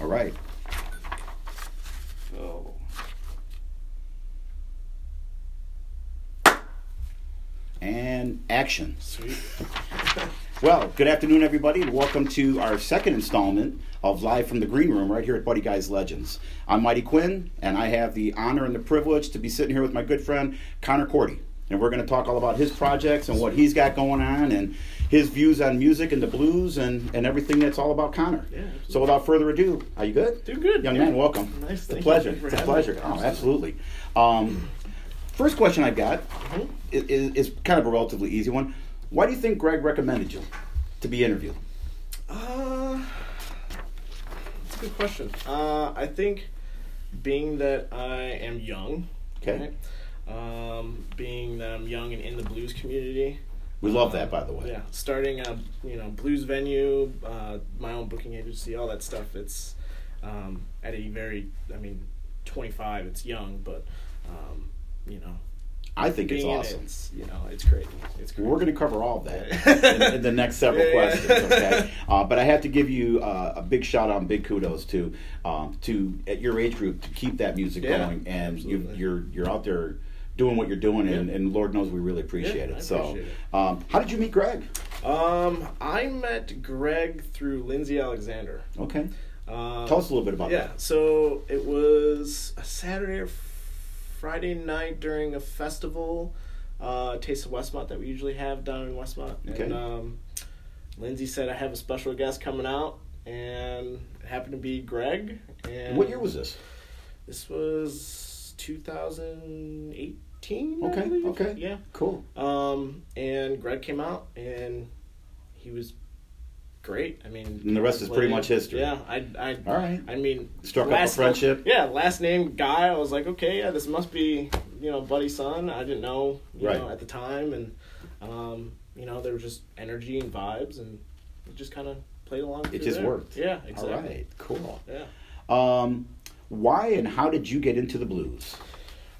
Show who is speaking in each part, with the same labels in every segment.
Speaker 1: All right.
Speaker 2: So.
Speaker 1: And action.
Speaker 2: Sweet.
Speaker 1: Well, good afternoon, everybody, and welcome to our second installment of Live from the Green Room right here at Buddy Guys Legends. I'm Mighty Quinn, and I have the honor and the privilege to be sitting here with my good friend Connor Cordy. And we're going to talk all about his projects and what he's got going on and his views on music and the blues and, and everything that's all about Connor.
Speaker 2: Yeah, absolutely.
Speaker 1: so, without further ado, are you good?
Speaker 2: Doing good.
Speaker 1: Young
Speaker 2: Yeah.
Speaker 1: man, welcome.
Speaker 2: Nice,
Speaker 1: It's a
Speaker 2: thank you.
Speaker 1: pleasure.
Speaker 2: Thank you for
Speaker 1: It's a
Speaker 2: having me.
Speaker 1: pleasure. Oh, absolutely. Um, first question I've got
Speaker 2: Mm-hmm.
Speaker 1: is, is kind of a relatively easy one. Why do you think Greg recommended you to be interviewed?
Speaker 2: Uh, that's a good question. Uh, I think being that I am young,
Speaker 1: Okay.
Speaker 2: right? um, being that I'm young and in the blues community.
Speaker 1: We love
Speaker 2: uh,
Speaker 1: that, by the way.
Speaker 2: Yeah, starting a you know blues venue, uh, my own booking agency, all that stuff. It's um, at a very, I mean, 25. It's young, but um, you know,
Speaker 1: I think it's
Speaker 2: being in
Speaker 1: awesome.
Speaker 2: it's you know, it's great. It's great.
Speaker 1: We're going to cover all of that in, in the next several
Speaker 2: Yeah, yeah.
Speaker 1: questions, okay? Uh, but I have to give you uh, a big shout out, and big kudos to um, to at your age group to keep that music
Speaker 2: Yeah,
Speaker 1: going, and you,
Speaker 2: absolutely.
Speaker 1: you're you're out there doing what you're doing, and,
Speaker 2: Yeah.
Speaker 1: and Lord knows we really appreciate
Speaker 2: Yeah,
Speaker 1: it.
Speaker 2: I
Speaker 1: so,
Speaker 2: appreciate
Speaker 1: Um, how did you meet Greg?
Speaker 2: Um, I met Greg through Lindsay Alexander.
Speaker 1: Okay,
Speaker 2: Um,
Speaker 1: tell us a little bit about
Speaker 2: Yeah, so it was a Saturday or Friday night during a festival, uh, Taste of Westmont that we usually have down in Westmont.
Speaker 1: Okay.
Speaker 2: And um, Lindsay said I have a special guest coming out, and it happened to be Greg.
Speaker 1: that.
Speaker 2: And
Speaker 1: What year was this?
Speaker 2: This was 2018. I
Speaker 1: Okay,
Speaker 2: believe.
Speaker 1: okay.
Speaker 2: Yeah.
Speaker 1: Cool.
Speaker 2: Um, and Greg came out, and he was great. I mean,
Speaker 1: And the rest is pretty much history.
Speaker 2: Yeah, I, I,
Speaker 1: All right.
Speaker 2: I mean,
Speaker 1: Struck up a friendship.
Speaker 2: Yeah, last name guy. I was like, okay, yeah, this must be you know Buddy's son. I didn't know you
Speaker 1: Right.
Speaker 2: know at the time, and um, you know there was just energy and vibes, and it just kind of played along. through
Speaker 1: It just
Speaker 2: there.
Speaker 1: worked.
Speaker 2: Yeah, exactly.
Speaker 1: All right, cool.
Speaker 2: Yeah.
Speaker 1: Um, why and how did you get into the blues?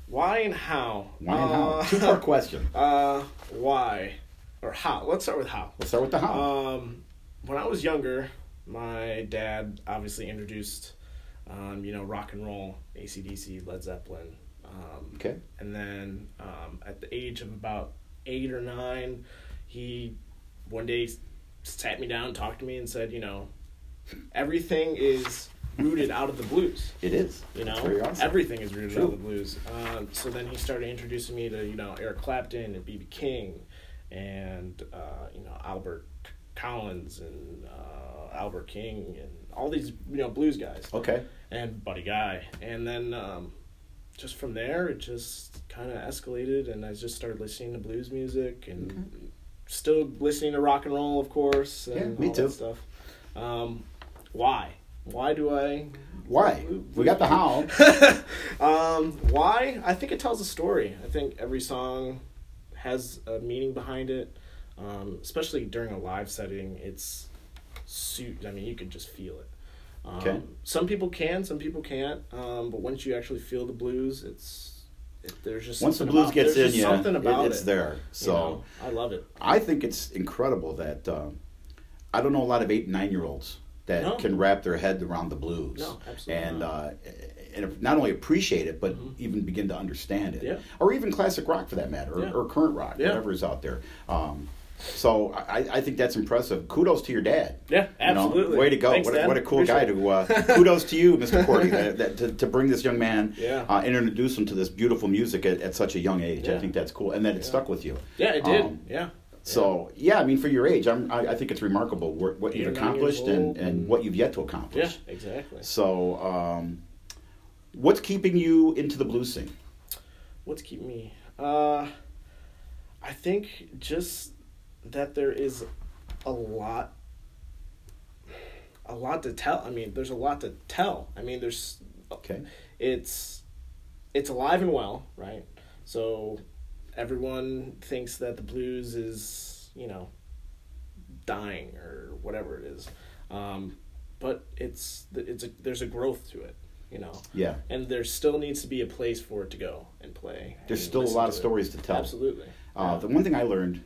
Speaker 2: Why and how?
Speaker 1: Why and how?
Speaker 2: Uh,
Speaker 1: Two part question.
Speaker 2: Uh, why or how? Let's start with how.
Speaker 1: Let's start with the how.
Speaker 2: Um, when I was younger, my dad obviously introduced, um, you know, rock and roll, ACDC, Led Zeppelin. Um,
Speaker 1: okay.
Speaker 2: And then um, at the age of about eight or nine, he one day s- sat me down, talked to me, and said, you know, everything is rooted out of the blues.
Speaker 1: It is.
Speaker 2: You know,
Speaker 1: It's very awesome.
Speaker 2: everything is rooted
Speaker 1: True.
Speaker 2: out of the blues. Um, so then he started introducing me to you know Eric Clapton and BB King, and uh, you know Albert C- Collins and uh, Albert King and all these you know blues guys
Speaker 1: okay.
Speaker 2: and Buddy Guy, and then um, just from there it just kind of escalated, and I just started listening to blues music and still listening to rock and roll, of course, and
Speaker 1: Yeah, me
Speaker 2: all
Speaker 1: too.
Speaker 2: that stuff. Um, why? Why do I
Speaker 1: Why? We got the how.
Speaker 2: um, why? I think it tells a story. I think every song has a meaning behind it, um, especially during a live setting. It's suit. I mean, you can just feel it. Um,
Speaker 1: Okay.
Speaker 2: Some people can, some people can't. Um, but once you actually feel the blues, it's it, there's just
Speaker 1: Once the
Speaker 2: something
Speaker 1: blues
Speaker 2: about,
Speaker 1: gets in
Speaker 2: there's just
Speaker 1: you,
Speaker 2: something
Speaker 1: it-
Speaker 2: about
Speaker 1: it's
Speaker 2: it, you
Speaker 1: there. So
Speaker 2: know? I love it.
Speaker 1: I think it's incredible that um, I don't know a lot of eight and nine year olds that
Speaker 2: No.
Speaker 1: can wrap their head around the blues
Speaker 2: No, absolutely
Speaker 1: and
Speaker 2: not.
Speaker 1: uh,
Speaker 2: Mm-hmm.
Speaker 1: and not only appreciate it but even begin to understand it
Speaker 2: Yeah.
Speaker 1: or even classic rock for that matter or,
Speaker 2: Yeah.
Speaker 1: or current rock
Speaker 2: Yeah.
Speaker 1: whatever is out there. Um, so I, I think that's impressive. Kudos to your dad.
Speaker 2: Yeah,
Speaker 1: You know,
Speaker 2: absolutely.
Speaker 1: way to go!
Speaker 2: Thanks,
Speaker 1: what, a,
Speaker 2: Dad.
Speaker 1: what a cool guy
Speaker 2: Appreciate
Speaker 1: to. Uh, kudos to you, Mr. Cordy, that, that, to, to bring this young man
Speaker 2: Yeah.
Speaker 1: uh, and introduce him to this beautiful music at, at such a young age. I
Speaker 2: Yeah.
Speaker 1: think that's cool, and that it stuck with you.
Speaker 2: Yeah, it did.
Speaker 1: Um,
Speaker 2: yeah.
Speaker 1: so yeah, I mean, for your age, I'm, I, I think it's remarkable what, what you've
Speaker 2: Eight or nine years
Speaker 1: accomplished and,
Speaker 2: old.
Speaker 1: and what you've yet to
Speaker 2: Yeah.
Speaker 1: accomplish.
Speaker 2: Exactly.
Speaker 1: So, um, what's keeping you into the blues scene?
Speaker 2: What's keeping me? Uh, I think just that there is a lot, a lot to tell. I mean, there's a lot to tell. I mean, there's
Speaker 1: Okay,
Speaker 2: it's it's alive and well, right? So everyone thinks that the blues is you know dying or whatever it is, um, but it's it's a, there's a growth to it, you know
Speaker 1: yeah,
Speaker 2: and there still needs to be a place for it to go and play.
Speaker 1: there's
Speaker 2: and
Speaker 1: still a
Speaker 2: listen
Speaker 1: lot
Speaker 2: to
Speaker 1: of
Speaker 2: it.
Speaker 1: stories to tell.
Speaker 2: Absolutely.
Speaker 1: Uh, the one thing I learned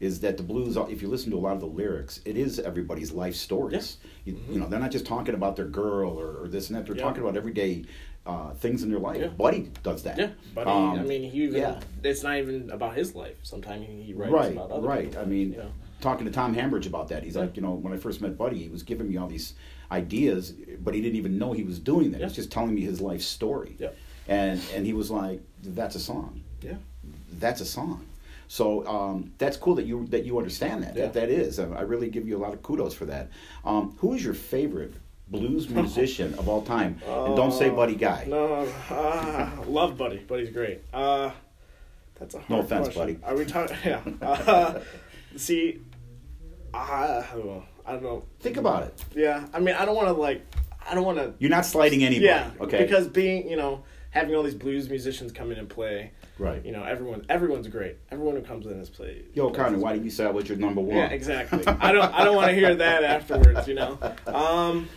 Speaker 1: is that the blues if you listen to a lot of the lyrics it is everybody's life stories you, you know they're not just talking about their girl or, or this and that they're
Speaker 2: Mm-hmm. Yeah.
Speaker 1: talking about everyday uh, things in their life
Speaker 2: Yeah.
Speaker 1: buddy does that
Speaker 2: Yeah, buddy. I
Speaker 1: Um,
Speaker 2: mean, he even,
Speaker 1: yeah.
Speaker 2: it's not even about his life. Sometimes he writes
Speaker 1: right
Speaker 2: about other
Speaker 1: right
Speaker 2: people,
Speaker 1: i mean
Speaker 2: you know.
Speaker 1: talking to tom hambridge about that he's
Speaker 2: Yeah.
Speaker 1: like you know when i first met buddy he was giving me all these ideas but he didn't even know he was doing that he was
Speaker 2: Yeah.
Speaker 1: just telling me his life story
Speaker 2: Yeah.
Speaker 1: and and he was like that's a song
Speaker 2: yeah,
Speaker 1: that's a song. So um, that's cool that you that you understand that. That
Speaker 2: Yeah.
Speaker 1: that is. I, I really give you a lot of kudos for that. Um, who is your favorite blues musician of all time? and don't say Buddy Guy.
Speaker 2: Uh, no, ah, love Buddy. Buddy's great. Uh, that's a hard
Speaker 1: No offense,
Speaker 2: question.
Speaker 1: Buddy.
Speaker 2: Are we talking? Yeah. Uh, see, I, I don't know.
Speaker 1: Think about it.
Speaker 2: Yeah, I mean, I don't want to like, I don't want to
Speaker 1: You're not slighting anybody.
Speaker 2: Yeah.
Speaker 1: Okay.
Speaker 2: Because being, you know, having all these blues musicians come in and play,
Speaker 1: right.
Speaker 2: you know, everyone, everyone's great. Everyone who comes in is play.
Speaker 1: Yo, Connor, why didn't you say I was your number one?
Speaker 2: Yeah, exactly. I don't, I don't want to hear that afterwards. You know, um,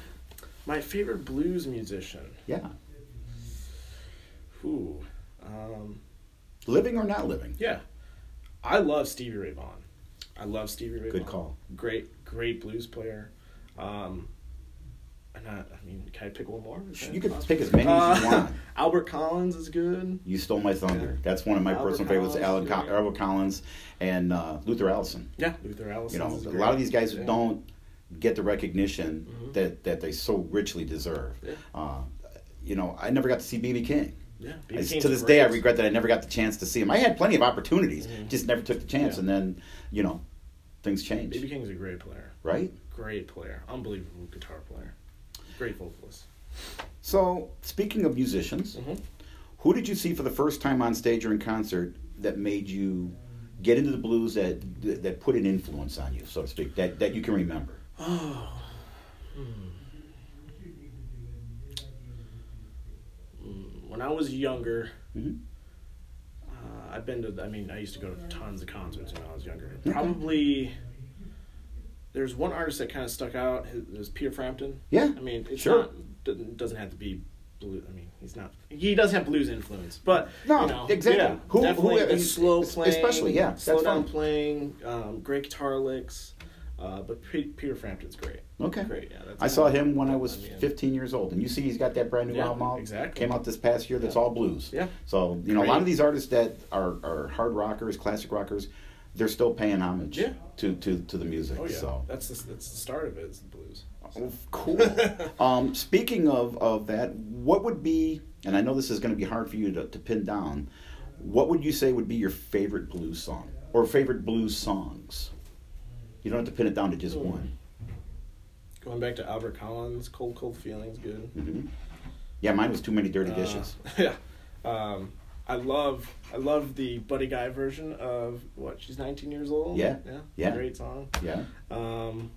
Speaker 2: my favorite blues musician.
Speaker 1: Yeah.
Speaker 2: Who? Um,
Speaker 1: Living or not living.
Speaker 2: yeah, I love Stevie Ray Vaughan. I love Stevie Ray.
Speaker 1: Good
Speaker 2: Vaughan.
Speaker 1: call.
Speaker 2: Great, great blues player. Um, and I, I mean, can I pick one more? Is that
Speaker 1: You can
Speaker 2: possible?
Speaker 1: pick as many as you
Speaker 2: Uh,
Speaker 1: want.
Speaker 2: Albert Collins is good.
Speaker 1: You stole my thunder. That's one of my
Speaker 2: Albert
Speaker 1: personal favorites. Alan
Speaker 2: Collins,
Speaker 1: Col-
Speaker 2: yeah.
Speaker 1: Albert Collins and uh, Luther Allison.
Speaker 2: Yeah, Luther Allison.
Speaker 1: You know,
Speaker 2: is
Speaker 1: a
Speaker 2: great.
Speaker 1: lot of these guys
Speaker 2: Yeah.
Speaker 1: don't get the recognition that, that they so richly deserve.
Speaker 2: Yeah.
Speaker 1: Uh, you know, I never got to see BB King.
Speaker 2: Yeah, B.B.
Speaker 1: It's-
Speaker 2: King's
Speaker 1: to this day, I
Speaker 2: great.
Speaker 1: regret that I never got the chance to see him. I had plenty of opportunities,
Speaker 2: Mhm.
Speaker 1: just never took the chance.
Speaker 2: Yeah.
Speaker 1: And then, you know, things change,
Speaker 2: BB King's a great player.
Speaker 1: right?
Speaker 2: Great player. Unbelievable guitar player. Great vocalist.
Speaker 1: So, speaking of musicians,
Speaker 2: Mhm.
Speaker 1: who did you see for the first time on stage or in concert that made you get into the blues that that, that put an influence on you, so to speak, that, that you can remember?
Speaker 2: Oh. Hmm. Mm, When I was younger,
Speaker 1: Mhm.
Speaker 2: uh, I've been to, I mean, I used to go to tons of concerts when I was younger. Probably, there's one artist that kind of stuck out. His, it was Peter Frampton.
Speaker 1: Yeah,
Speaker 2: I mean, it's
Speaker 1: sure.
Speaker 2: not, doesn't doesn't have to be blue. I mean, he's not, he does have blues influence, but.
Speaker 1: No,
Speaker 2: you know,
Speaker 1: exactly.
Speaker 2: yeah,
Speaker 1: Who- who-
Speaker 2: definitely the
Speaker 1: es-
Speaker 2: slow
Speaker 1: es-
Speaker 2: playing.
Speaker 1: especially, yeah,
Speaker 2: Slow
Speaker 1: that's
Speaker 2: down
Speaker 1: fine.
Speaker 2: playing, um, great guitar licks. Uh, but Pe- Peter Frampton's great.
Speaker 1: Okay.
Speaker 2: Great, yeah. That's
Speaker 1: I saw
Speaker 2: kinda-
Speaker 1: him when I was
Speaker 2: I mean-
Speaker 1: 15 years old, and you see he's got that brand new
Speaker 2: Yeah,
Speaker 1: album out.
Speaker 2: exactly.
Speaker 1: Came out this past year. That's
Speaker 2: Yeah.
Speaker 1: all blues.
Speaker 2: Yeah.
Speaker 1: So you know, a lot
Speaker 2: Great.
Speaker 1: of these artists that are, are hard rockers, classic rockers, they're still paying homage
Speaker 2: Yeah.
Speaker 1: to, to to the music.
Speaker 2: Oh, yeah.
Speaker 1: So
Speaker 2: That's, the, that's the start of it, is the blues.
Speaker 1: Oh, cool. um, speaking of of that, what would be? And I know this is going to be hard for you to, to pin down. What would you say would be your favorite blues song or favorite blues songs? You don't have to pin it down to just
Speaker 2: Hmm.
Speaker 1: one.
Speaker 2: Going back to Albert Collins, Cold Cold Feeling's good.
Speaker 1: hmm Yeah, mine was too many dirty
Speaker 2: Uh,
Speaker 1: dishes.
Speaker 2: Yeah. Um, I love I love the Buddy Guy version of what she's 19 years old.
Speaker 1: Yeah.
Speaker 2: Yeah.
Speaker 1: Yeah.
Speaker 2: Great song.
Speaker 1: Yeah.
Speaker 2: Um,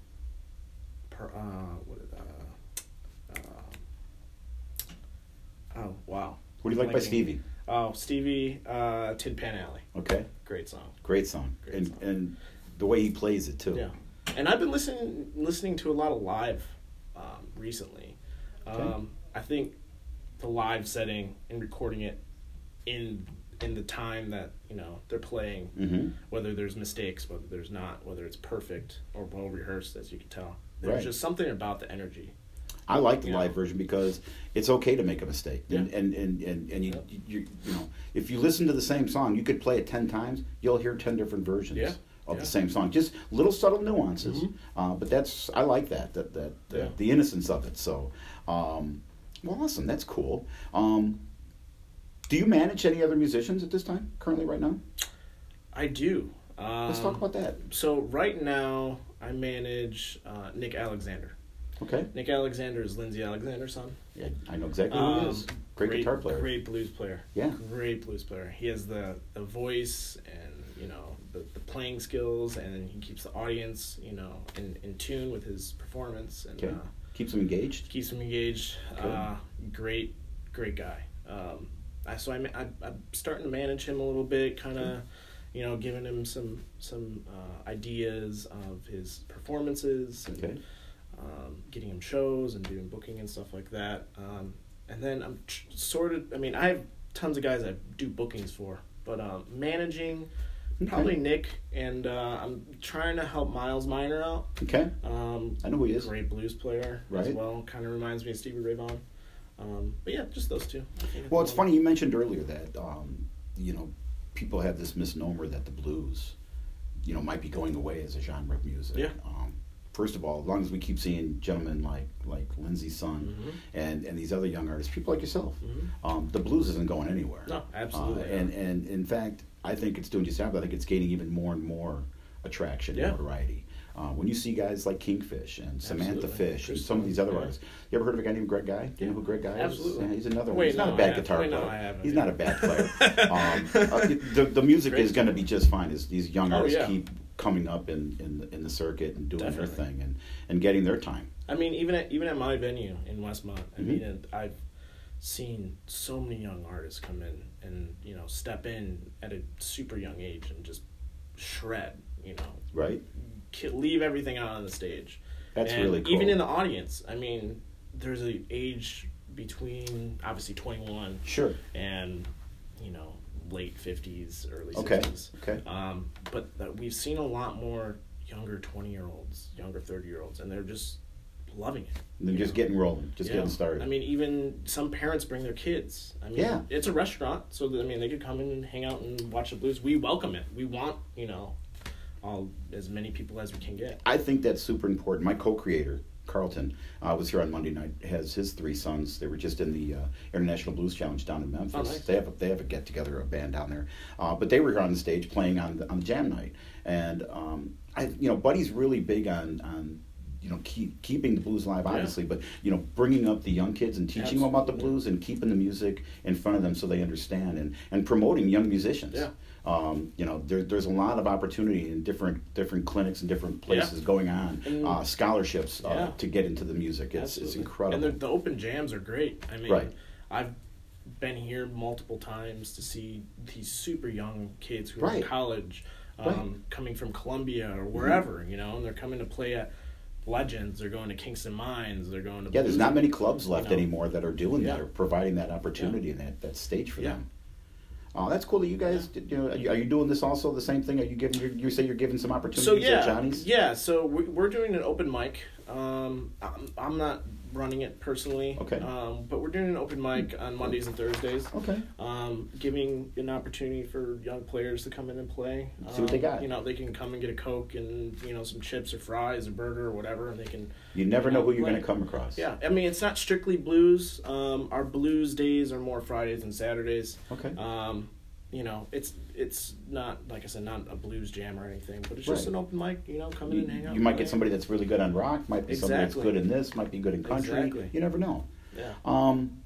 Speaker 2: per, uh, what is, uh, uh, oh wow.
Speaker 1: What do you like by
Speaker 2: Blanking.
Speaker 1: Stevie?
Speaker 2: Oh Stevie, uh, Tin Pan Alley.
Speaker 1: Okay,
Speaker 2: Great song.
Speaker 1: great song,
Speaker 2: Great
Speaker 1: and
Speaker 2: song.
Speaker 1: and the way he plays it too.
Speaker 2: Yeah. And I've been listening listening to a lot of live um, recently. Um,
Speaker 1: Okay.
Speaker 2: I think the live setting and recording it in in the time that you know they're playing,
Speaker 1: Mm-hmm.
Speaker 2: whether there's mistakes, whether there's not, whether it's perfect or well rehearsed, as you can tell. There's
Speaker 1: Right.
Speaker 2: just something about the energy.
Speaker 1: I like the
Speaker 2: Yeah.
Speaker 1: live version because it's okay to make a mistake, and
Speaker 2: Yeah.
Speaker 1: and, and, and, and you,
Speaker 2: Yeah.
Speaker 1: you you know if you listen to the same song, you could play it ten times, you'll hear ten different versions
Speaker 2: Yeah.
Speaker 1: of
Speaker 2: Yeah.
Speaker 1: the same song. Just little subtle nuances,
Speaker 2: Mhm.
Speaker 1: uh, but that's I like that that that, that
Speaker 2: Yeah.
Speaker 1: the innocence of it. So, um, well, awesome, that's cool. Um, do you manage any other musicians at this time currently right now?
Speaker 2: I do. Um,
Speaker 1: Let's talk about that.
Speaker 2: So right now, I manage uh, Nick Alexander.
Speaker 1: Okay.
Speaker 2: Nick Alexander is Lindsay Alexander's son.
Speaker 1: Yeah, I know exactly who he
Speaker 2: Um,
Speaker 1: is. Great, guitar player.
Speaker 2: Great blues player.
Speaker 1: Yeah.
Speaker 2: Great blues player. He has the, the voice and, you know, the, the playing skills and he keeps the audience, you know, in, in tune with his performance and
Speaker 1: Okay.
Speaker 2: uh,
Speaker 1: Keeps him engaged.
Speaker 2: keeps him engaged. Uh, great, great guy. Um, I, so I, ma- I, I'm starting to manage him a little bit, kind of, you know, giving him some some uh, ideas of his performances. And,
Speaker 1: Okay.
Speaker 2: um, getting him shows and doing booking and stuff like that. Um, and then I'm tr- sort of, I mean, I have tons of guys I do bookings for, but um, managing Probably Nick, and uh, I'm trying to help Miles Miner out.
Speaker 1: Okay.
Speaker 2: Um,
Speaker 1: I know who he is.
Speaker 2: great blues player as
Speaker 1: Right.
Speaker 2: well. Kind of reminds me of Stevie Ray Vaughan. Um, but yeah, just those two. I think at
Speaker 1: Well,
Speaker 2: the
Speaker 1: it's
Speaker 2: moment.
Speaker 1: funny you mentioned earlier that um, you know people have this misnomer that the blues, you know, might be going away as a genre of music.
Speaker 2: Yeah.
Speaker 1: Um, first of all, as long as we keep seeing gentlemen like like Lindsey Sun and and these other young artists, people like yourself,
Speaker 2: Mm-hmm.
Speaker 1: um, the blues isn't going anywhere.
Speaker 2: No, absolutely
Speaker 1: Uh, and and in fact, I think it's doing just that. but I think it's gaining even more and more attraction
Speaker 2: Yeah.
Speaker 1: and notoriety. Uh, when you see guys like Kingfish and Samantha
Speaker 2: Absolutely.
Speaker 1: Fish and
Speaker 2: Chris
Speaker 1: some of these other
Speaker 2: Stone, yeah.
Speaker 1: artists, you ever heard of a guy named Greg Guy? Do you know
Speaker 2: Yeah.
Speaker 1: who Greg Guy is?
Speaker 2: Absolutely.
Speaker 1: Yeah, he's another one.
Speaker 2: Wait,
Speaker 1: he's not
Speaker 2: no,
Speaker 1: a bad
Speaker 2: I
Speaker 1: guitar
Speaker 2: haven't. Wait,
Speaker 1: player.
Speaker 2: no, I haven't,
Speaker 1: he's
Speaker 2: yeah.
Speaker 1: not a bad player. um, uh, the, the music is going to be just fine. As these young
Speaker 2: Oh,
Speaker 1: artists
Speaker 2: yeah.
Speaker 1: keep coming up in, in the, in the circuit and doing their
Speaker 2: Definitely.
Speaker 1: thing and, and getting their time.
Speaker 2: I mean, even at even at my venue in Westmont, I
Speaker 1: Mm-hmm.
Speaker 2: mean, and I've seen so many young artists come in and you know step in at a super young age and just shred. You know,
Speaker 1: Right?
Speaker 2: ki- leave everything out on the stage.
Speaker 1: That's
Speaker 2: And
Speaker 1: really cool.
Speaker 2: Even in the audience, I mean, there's a age between obviously 21
Speaker 1: Sure.
Speaker 2: and you know late 50s, early
Speaker 1: Okay.
Speaker 2: 60s.
Speaker 1: Okay.
Speaker 2: Um, but that we've seen a lot more younger 20 year olds, younger 30 year olds, and they're just loving it.
Speaker 1: And they're
Speaker 2: you
Speaker 1: just
Speaker 2: know?
Speaker 1: getting rolling, just
Speaker 2: Yeah.
Speaker 1: getting started.
Speaker 2: I mean, even some parents bring their kids. I mean,
Speaker 1: Yeah.
Speaker 2: it's a restaurant, so that, I mean, they could come in and hang out and watch the blues. We welcome it. We want you know, all as many people as we can get.
Speaker 1: I think that's super important. My co-creator Carlton uh, was here on Monday night. Has his three sons. They were just in the uh, International Blues Challenge down in Memphis.
Speaker 2: Oh, nice.
Speaker 1: They have a, they have a get together, a band down there. Uh, but they were here on the stage playing on the, on the jam night. And um, I, you know, Buddy's really big on on you know keep, keeping the blues alive, obviously, but you know bringing up the young kids and teaching them about the
Speaker 2: Absolutely.
Speaker 1: blues and keeping the music in front of them so they understand and and promoting young musicians.
Speaker 2: Yeah.
Speaker 1: Um, you know, there, there's a lot of opportunity in different different clinics and different
Speaker 2: Yeah.
Speaker 1: places going on
Speaker 2: And-
Speaker 1: uh, scholarships uh,
Speaker 2: Yeah.
Speaker 1: to get into the music. It's, it's
Speaker 2: Absolutely.
Speaker 1: incredible.
Speaker 2: And the, the open jams are great. I mean,
Speaker 1: Right.
Speaker 2: I've been here multiple times to see these super young kids who are in
Speaker 1: Right.
Speaker 2: college, um,
Speaker 1: Right.
Speaker 2: coming from Columbia or wherever, you know, and they're coming to play at Legends. They're going to Kingston Mines. They're going to
Speaker 1: yeah, there's not
Speaker 2: Blues-
Speaker 1: many clubs left
Speaker 2: No.
Speaker 1: anymore that are doing that
Speaker 2: Yeah.
Speaker 1: or providing that opportunity and that, that stage for
Speaker 2: Yeah.
Speaker 1: them. Uh, that's cool that you guys. did- You know, are, you, are you doing this also the same thing? Are you giving? You say you're giving some opportunities
Speaker 2: so yeah,
Speaker 1: at Johnny's.
Speaker 2: yeah. So we, we're doing an open mic. Um, I'm, I'm not running it personally.
Speaker 1: Okay.
Speaker 2: Um, but we're doing an open mic on Mondays and Thursdays.
Speaker 1: Okay.
Speaker 2: um, giving an opportunity for young players to come in and play.
Speaker 1: See what they
Speaker 2: Um,
Speaker 1: got.
Speaker 2: You know, they can come and get a coke and you know some chips or fries or burger or whatever, and they can.
Speaker 1: You never know who you're going
Speaker 2: play.
Speaker 1: to come across.
Speaker 2: Yeah, I mean it's not strictly blues. Um, our blues days are more Fridays and Saturdays.
Speaker 1: Okay.
Speaker 2: Um, you know, it's it's not like I said, not a blues jam or anything, but it's just
Speaker 1: Right.
Speaker 2: an open mic. You know, come in
Speaker 1: You,
Speaker 2: and hang out.
Speaker 1: you might
Speaker 2: play.
Speaker 1: get somebody that's really good on rock. Might be somebody that's
Speaker 2: Exactly.
Speaker 1: good in this. Might be good in country.
Speaker 2: Exactly.
Speaker 1: You never know.
Speaker 2: Yeah,
Speaker 1: Um,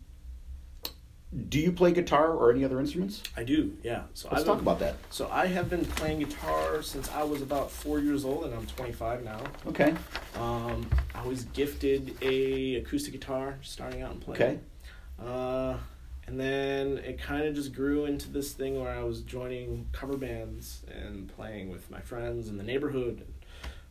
Speaker 1: do you play guitar or any other instruments?
Speaker 2: I do. Yeah. So
Speaker 1: Let's
Speaker 2: I've
Speaker 1: talk
Speaker 2: been-
Speaker 1: about that.
Speaker 2: So I have been playing guitar since I was about four years old, and I'm 25 now.
Speaker 1: Okay.
Speaker 2: Um, I was gifted a acoustic guitar starting out and playing.
Speaker 1: Okay.
Speaker 2: Uh, and then it kind of just grew into this thing where I was joining cover bands and playing with my friends in the neighborhood.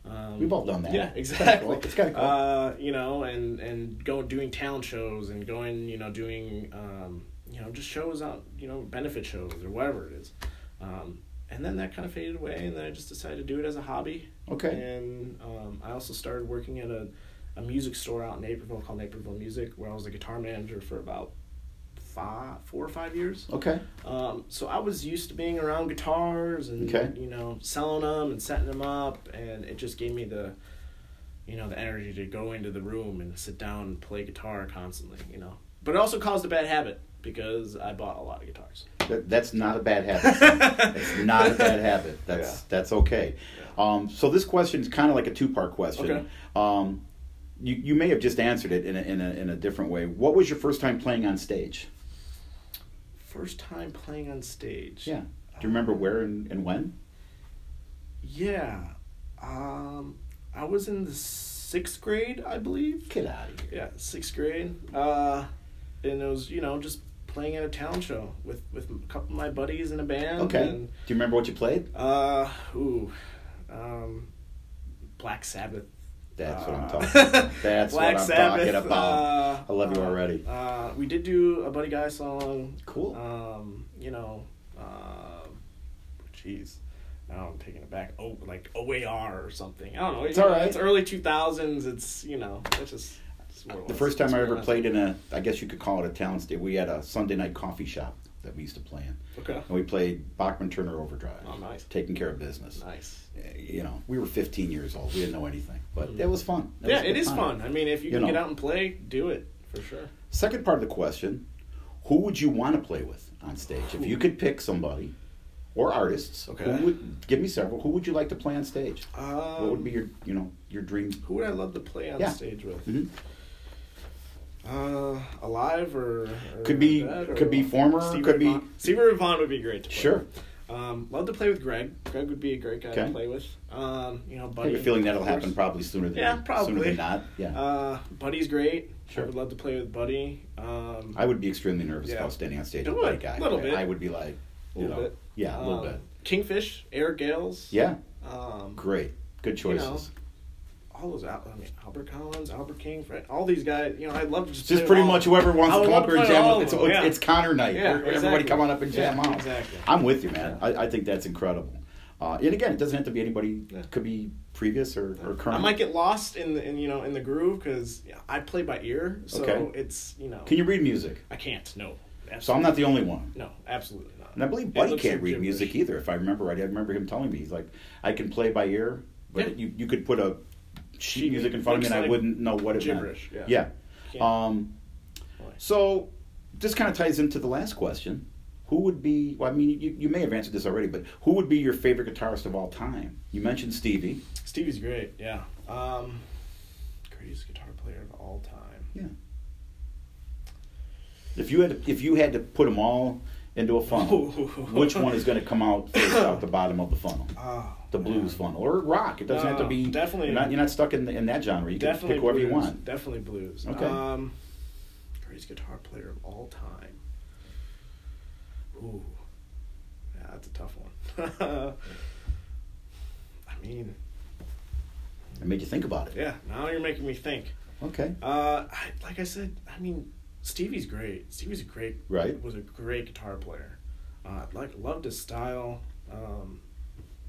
Speaker 2: Um,
Speaker 1: We've all done that.
Speaker 2: Yeah,
Speaker 1: It's kinda cool.
Speaker 2: exactly.
Speaker 1: It's kinda cool.
Speaker 2: Uh, you know, and and go doing town shows and going, you know, doing, um, you know, just shows out, you know, benefit shows or whatever it is. Um, and then that kind of faded away, and then I just decided to do it as a hobby.
Speaker 1: Okay.
Speaker 2: And um, I also started working at a, a music store out in Naperville called Naperville Music, where I was a guitar manager for about five, four or five years.
Speaker 1: Okay.
Speaker 2: Um, so I was used to being around guitars and
Speaker 1: Okay.
Speaker 2: you know selling them and setting them up, and it just gave me the, you know, the energy to go into the room and sit down and play guitar constantly. You know, but it also caused a bad habit because I bought a lot of guitars.
Speaker 1: That, that's not a bad habit. it's not a bad habit. That's
Speaker 2: Yeah.
Speaker 1: that's okay. Um, so this question is kind of like a two part question.
Speaker 2: Okay.
Speaker 1: Um, you, you may have just answered it in a, in, a, in a different way. What was your first time playing on stage?
Speaker 2: First time playing on stage.
Speaker 1: Yeah. Do you remember where and, and when?
Speaker 2: Yeah. Um, I was in the sixth grade, I believe.
Speaker 1: Get out of here.
Speaker 2: Yeah, sixth grade. Uh, and it was, you know, just playing at a town show with, with a couple of my buddies in a band.
Speaker 1: Okay.
Speaker 2: And,
Speaker 1: Do you remember what you played?
Speaker 2: uh, ooh, um, Black Sabbath.
Speaker 1: That's what I'm
Speaker 2: Uh,
Speaker 1: talking about. That's
Speaker 2: Black
Speaker 1: what I'm
Speaker 2: Sabbath.
Speaker 1: talking about.
Speaker 2: uh,
Speaker 1: I love you
Speaker 2: uh,
Speaker 1: already.
Speaker 2: Uh, we did do a Buddy Guy song.
Speaker 1: Cool.
Speaker 2: Um, you know, uh, jeez. now I'm taking it back. Oh, like OAR or something. I don't know. It's
Speaker 1: all
Speaker 2: all right.
Speaker 1: right.
Speaker 2: It's early two thousands. It's you know. It's just. it's what it
Speaker 1: The
Speaker 2: was.
Speaker 1: first time
Speaker 2: It's
Speaker 1: I
Speaker 2: what
Speaker 1: ever
Speaker 2: it is.
Speaker 1: played in a, I guess you could call it a town state. We had a Sunday night coffee shop that we used to play in,
Speaker 2: Okay.
Speaker 1: and we played Bachman Turner Overdrive.
Speaker 2: Oh, nice.
Speaker 1: Taking care of business. Eh,
Speaker 2: Nice.
Speaker 1: You know, we were 15 years old. We didn't know anything, but it was fun. It
Speaker 2: Mm. yeah,
Speaker 1: was a
Speaker 2: it
Speaker 1: good
Speaker 2: is
Speaker 1: time.
Speaker 2: fun. I mean, if you,
Speaker 1: You
Speaker 2: can get
Speaker 1: know.
Speaker 2: out and play, do it for sure.
Speaker 1: Second part of the question: Who would you want to play with on stage if you could pick somebody or artists?
Speaker 2: Okay.
Speaker 1: Who would give me several? Who would you like to play on stage?
Speaker 2: Um,
Speaker 1: what would be your, you know, your dream?
Speaker 2: Who would I love to play on
Speaker 1: Yeah.
Speaker 2: stage with?
Speaker 1: Mhm.
Speaker 2: Uh, alive or, or
Speaker 1: Could be-
Speaker 2: dead,
Speaker 1: could be former,
Speaker 2: Steve
Speaker 1: could
Speaker 2: Ray
Speaker 1: be-
Speaker 2: Vaughan. Steve Ray Vaughan would be great. To play
Speaker 1: Sure.
Speaker 2: with. Um, love to play with Greg. Greg would be a great guy
Speaker 1: Okay.
Speaker 2: to play with. Um, you know,
Speaker 1: I
Speaker 2: buddy.
Speaker 1: have a feeling that'll
Speaker 2: of course.
Speaker 1: happen probably sooner than
Speaker 2: Yeah,
Speaker 1: sooner
Speaker 2: probably.
Speaker 1: than not. Yeah.
Speaker 2: Uh, Buddy's great.
Speaker 1: Sure. Oh,
Speaker 2: I would love to play with Buddy. Um,
Speaker 1: I would be extremely nervous
Speaker 2: Yeah.
Speaker 1: about standing on stage
Speaker 2: You
Speaker 1: with that
Speaker 2: would,
Speaker 1: guy.
Speaker 2: little bit.
Speaker 1: I would be like, you
Speaker 2: Little
Speaker 1: know,
Speaker 2: bit.
Speaker 1: yeah, a little
Speaker 2: um,
Speaker 1: bit.
Speaker 2: Kingfish, Eric Gales.
Speaker 1: Yeah,
Speaker 2: Um,
Speaker 1: great, good
Speaker 2: you know,
Speaker 1: choices.
Speaker 2: all those out. I mean, Albert Collins, Albert King, Fred, all these guys. You know, I'd love to just.
Speaker 1: It's just pretty much whoever wants to come up here and jam. with-
Speaker 2: It's,
Speaker 1: It's, it's, it's Connor night.
Speaker 2: Yeah,
Speaker 1: Everybody
Speaker 2: exactly.
Speaker 1: come on up and jam
Speaker 2: Yeah,
Speaker 1: out.
Speaker 2: exactly.
Speaker 1: I'm with you, man. I, I think that's incredible. Uh, and again, it doesn't have to be anybody.
Speaker 2: Yeah.
Speaker 1: Could be previous or, or current.
Speaker 2: I might get lost in the in you know in the groove because I play by ear, so
Speaker 1: Okay.
Speaker 2: it's you know.
Speaker 1: Can you read music?
Speaker 2: I can't. No. Absolutely.
Speaker 1: So I'm not the only one.
Speaker 2: No, absolutely not.
Speaker 1: And I believe
Speaker 2: It
Speaker 1: Buddy
Speaker 2: looks
Speaker 1: can't
Speaker 2: like
Speaker 1: read
Speaker 2: gibberish.
Speaker 1: music either. If I remember right, I remember him telling me he's like, I can play by ear, but
Speaker 2: Yeah.
Speaker 1: you you could put a sheet
Speaker 2: Sheet
Speaker 1: music in front of me
Speaker 2: looks
Speaker 1: and I
Speaker 2: like
Speaker 1: wouldn't know what it
Speaker 2: gibberish,
Speaker 1: meant.
Speaker 2: yeah.
Speaker 1: yeah. Um, So this kind of ties into the last question. Who would be, well, I mean, you, you may have answered this already, but who would be your favorite guitarist of all time? You mentioned Stevie.
Speaker 2: Stevie's great. Yeah. Um, greatest guitar player of all time.
Speaker 1: Yeah. If you had to, if you had to put them all into a funnel, which one is going to come out first out the bottom of the funnel?
Speaker 2: Oh,
Speaker 1: The blues funnel or rock? It doesn't have to
Speaker 2: No,
Speaker 1: be
Speaker 2: definitely-
Speaker 1: You're not, you're not stuck in, the, in that genre. You can
Speaker 2: definitely
Speaker 1: pick whoever
Speaker 2: blues.
Speaker 1: you want.
Speaker 2: Definitely blues.
Speaker 1: Okay.
Speaker 2: Um, greatest guitar player of all time. Ooh, yeah, that's a tough one. I mean,
Speaker 1: It made you think about it.
Speaker 2: yeah. Now you're making me think.
Speaker 1: Okay.
Speaker 2: Uh, I, like I said, I mean, Stevie's great. Stevie's a great.
Speaker 1: Right.
Speaker 2: Was a great guitar player. Uh, like loved his style. Um,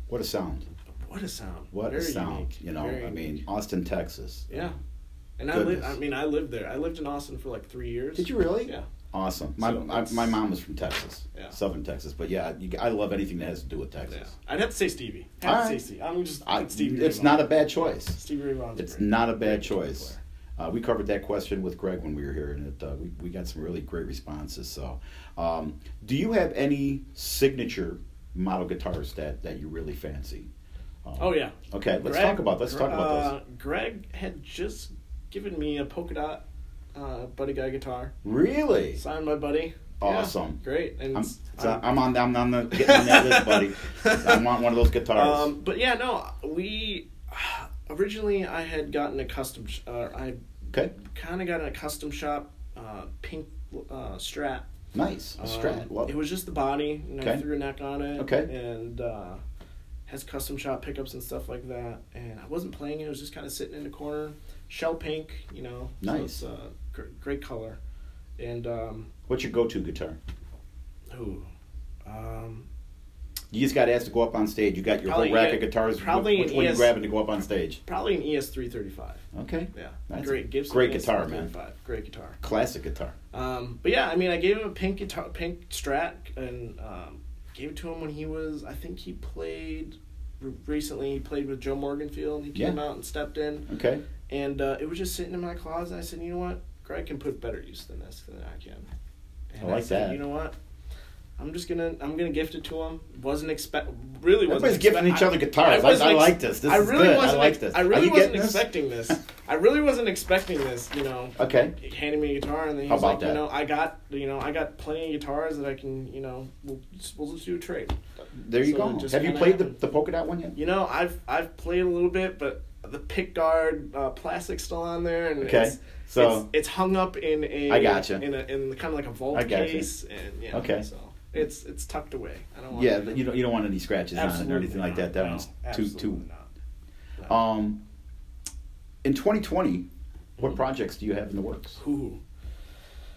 Speaker 1: What a sound!
Speaker 2: what a sound.
Speaker 1: What
Speaker 2: Very
Speaker 1: a sound!
Speaker 2: unique.
Speaker 1: You know,
Speaker 2: Very
Speaker 1: I mean,
Speaker 2: unique.
Speaker 1: Austin, Texas.
Speaker 2: Yeah. And I lived.
Speaker 1: Goodness.
Speaker 2: I mean, I lived there. I lived in Austin for like three years.
Speaker 1: Did you really?
Speaker 2: Yeah.
Speaker 1: Awesome. My,
Speaker 2: So
Speaker 1: my,
Speaker 2: it's-
Speaker 1: my mom was from Texas,
Speaker 2: Yeah.
Speaker 1: Southern Texas. But yeah, you, I love anything that has to do with
Speaker 2: Yeah.
Speaker 1: Texas.
Speaker 2: I'd have to say Stevie. I'd
Speaker 1: All
Speaker 2: have to
Speaker 1: right.
Speaker 2: say Stevie. I'm just
Speaker 1: I,
Speaker 2: it's Stevie.
Speaker 1: it's
Speaker 2: Ray
Speaker 1: not a
Speaker 2: Vaughan.
Speaker 1: bad choice.
Speaker 2: Stevie Ray Vaughan's
Speaker 1: It's
Speaker 2: great.
Speaker 1: not a bad
Speaker 2: Great
Speaker 1: choice.
Speaker 2: player.
Speaker 1: Uh, we covered that question with Greg when we were here, and it, uh, we, we got some really great responses. So, um, do you have any signature model guitars that, that you really fancy? Um,
Speaker 2: Oh yeah.
Speaker 1: Okay, let's
Speaker 2: Greg-
Speaker 1: talk about let's talk about
Speaker 2: uh,
Speaker 1: those.
Speaker 2: Greg had just given me a polka dot uh, buddy guy guitar
Speaker 1: Really?
Speaker 2: signed by buddy. Yeah,
Speaker 1: Awesome.
Speaker 2: great. And
Speaker 1: I'm,
Speaker 2: it's-
Speaker 1: so I'm on I'm on the getting on that list, buddy. I want one of those guitars.
Speaker 2: Um, but yeah, no, we originally I had gotten a custom. Sh- uh, I
Speaker 1: okay,
Speaker 2: kind of got a custom shop uh, pink uh, Strat.
Speaker 1: nice. A Strat.
Speaker 2: Um,
Speaker 1: Love
Speaker 2: it was just the body, and I
Speaker 1: Okay.
Speaker 2: threw a neck on it.
Speaker 1: Okay.
Speaker 2: And uh, has custom shop pickups and stuff like that. And I wasn't playing it; it was just kind of sitting in the corner. Shell pink, you know. so
Speaker 1: Nice.
Speaker 2: it's, uh, gr- great color. And um,
Speaker 1: What's your go-to guitar?
Speaker 2: ooh, um,
Speaker 1: You just got asked to go up on stage. You got your
Speaker 2: Probably
Speaker 1: whole rack
Speaker 2: E-
Speaker 1: of guitars. Wh-
Speaker 2: probably
Speaker 1: which
Speaker 2: an E
Speaker 1: one you
Speaker 2: ES
Speaker 1: grabbing to go up on stage?
Speaker 2: probably an ES three thirty five.
Speaker 1: Okay,
Speaker 2: Yeah,
Speaker 1: That's a
Speaker 2: great Gibson.
Speaker 1: great
Speaker 2: ES
Speaker 1: guitar, man.
Speaker 2: 335, Great guitar.
Speaker 1: classic guitar.
Speaker 2: Um, but yeah, I mean, I gave him a pink guitar, pink Strat, and um, gave it to him when he was. I think he played re- recently. He played with Joe Morganfield. He came
Speaker 1: Yeah.
Speaker 2: out and stepped in,
Speaker 1: Okay,
Speaker 2: and uh, it was just sitting in my closet. I said, you know what, Greg can put better use than this than I can. And
Speaker 1: I like
Speaker 2: said,
Speaker 1: that.
Speaker 2: You know what. I'm just gonna I'm gonna gift it to him. Wasn't expect really wasn't
Speaker 1: Everybody's giving
Speaker 2: expect-
Speaker 1: each other guitars. I-
Speaker 2: wasn't
Speaker 1: I like this. This
Speaker 2: I
Speaker 1: is
Speaker 2: really
Speaker 1: good. I
Speaker 2: wasn't
Speaker 1: like
Speaker 2: ex-
Speaker 1: this.
Speaker 2: I
Speaker 1: Are
Speaker 2: really
Speaker 1: you getting
Speaker 2: wasn't
Speaker 1: this?
Speaker 2: expecting this. I really wasn't expecting this. You know,
Speaker 1: okay.
Speaker 2: he handed me a guitar and then he
Speaker 1: How
Speaker 2: was
Speaker 1: about
Speaker 2: like,
Speaker 1: that?
Speaker 2: you know, I got you know, I got plenty of guitars that I can, you know, we'll just, we'll just do a trade.
Speaker 1: There you
Speaker 2: So it
Speaker 1: go.
Speaker 2: just
Speaker 1: Have you
Speaker 2: kinda
Speaker 1: played the,
Speaker 2: happened.
Speaker 1: the polka dot one yet?
Speaker 2: You know, I've I've played a little bit, but the pick guard uh, plastic's still on there, and
Speaker 1: Okay,
Speaker 2: it's,
Speaker 1: so-
Speaker 2: it's, it's hung up in a
Speaker 1: I gotcha.
Speaker 2: in a in kind of like a vault
Speaker 1: I gotcha.
Speaker 2: case, and yeah,
Speaker 1: Okay.
Speaker 2: so it's it's tucked away. I don't want
Speaker 1: Yeah, but you don't you don't want any scratches on it or anything like that. That
Speaker 2: no,
Speaker 1: one's too
Speaker 2: absolutely
Speaker 1: too.
Speaker 2: not.
Speaker 1: Um, in 2020, what projects do you have in the works?
Speaker 2: Ooh.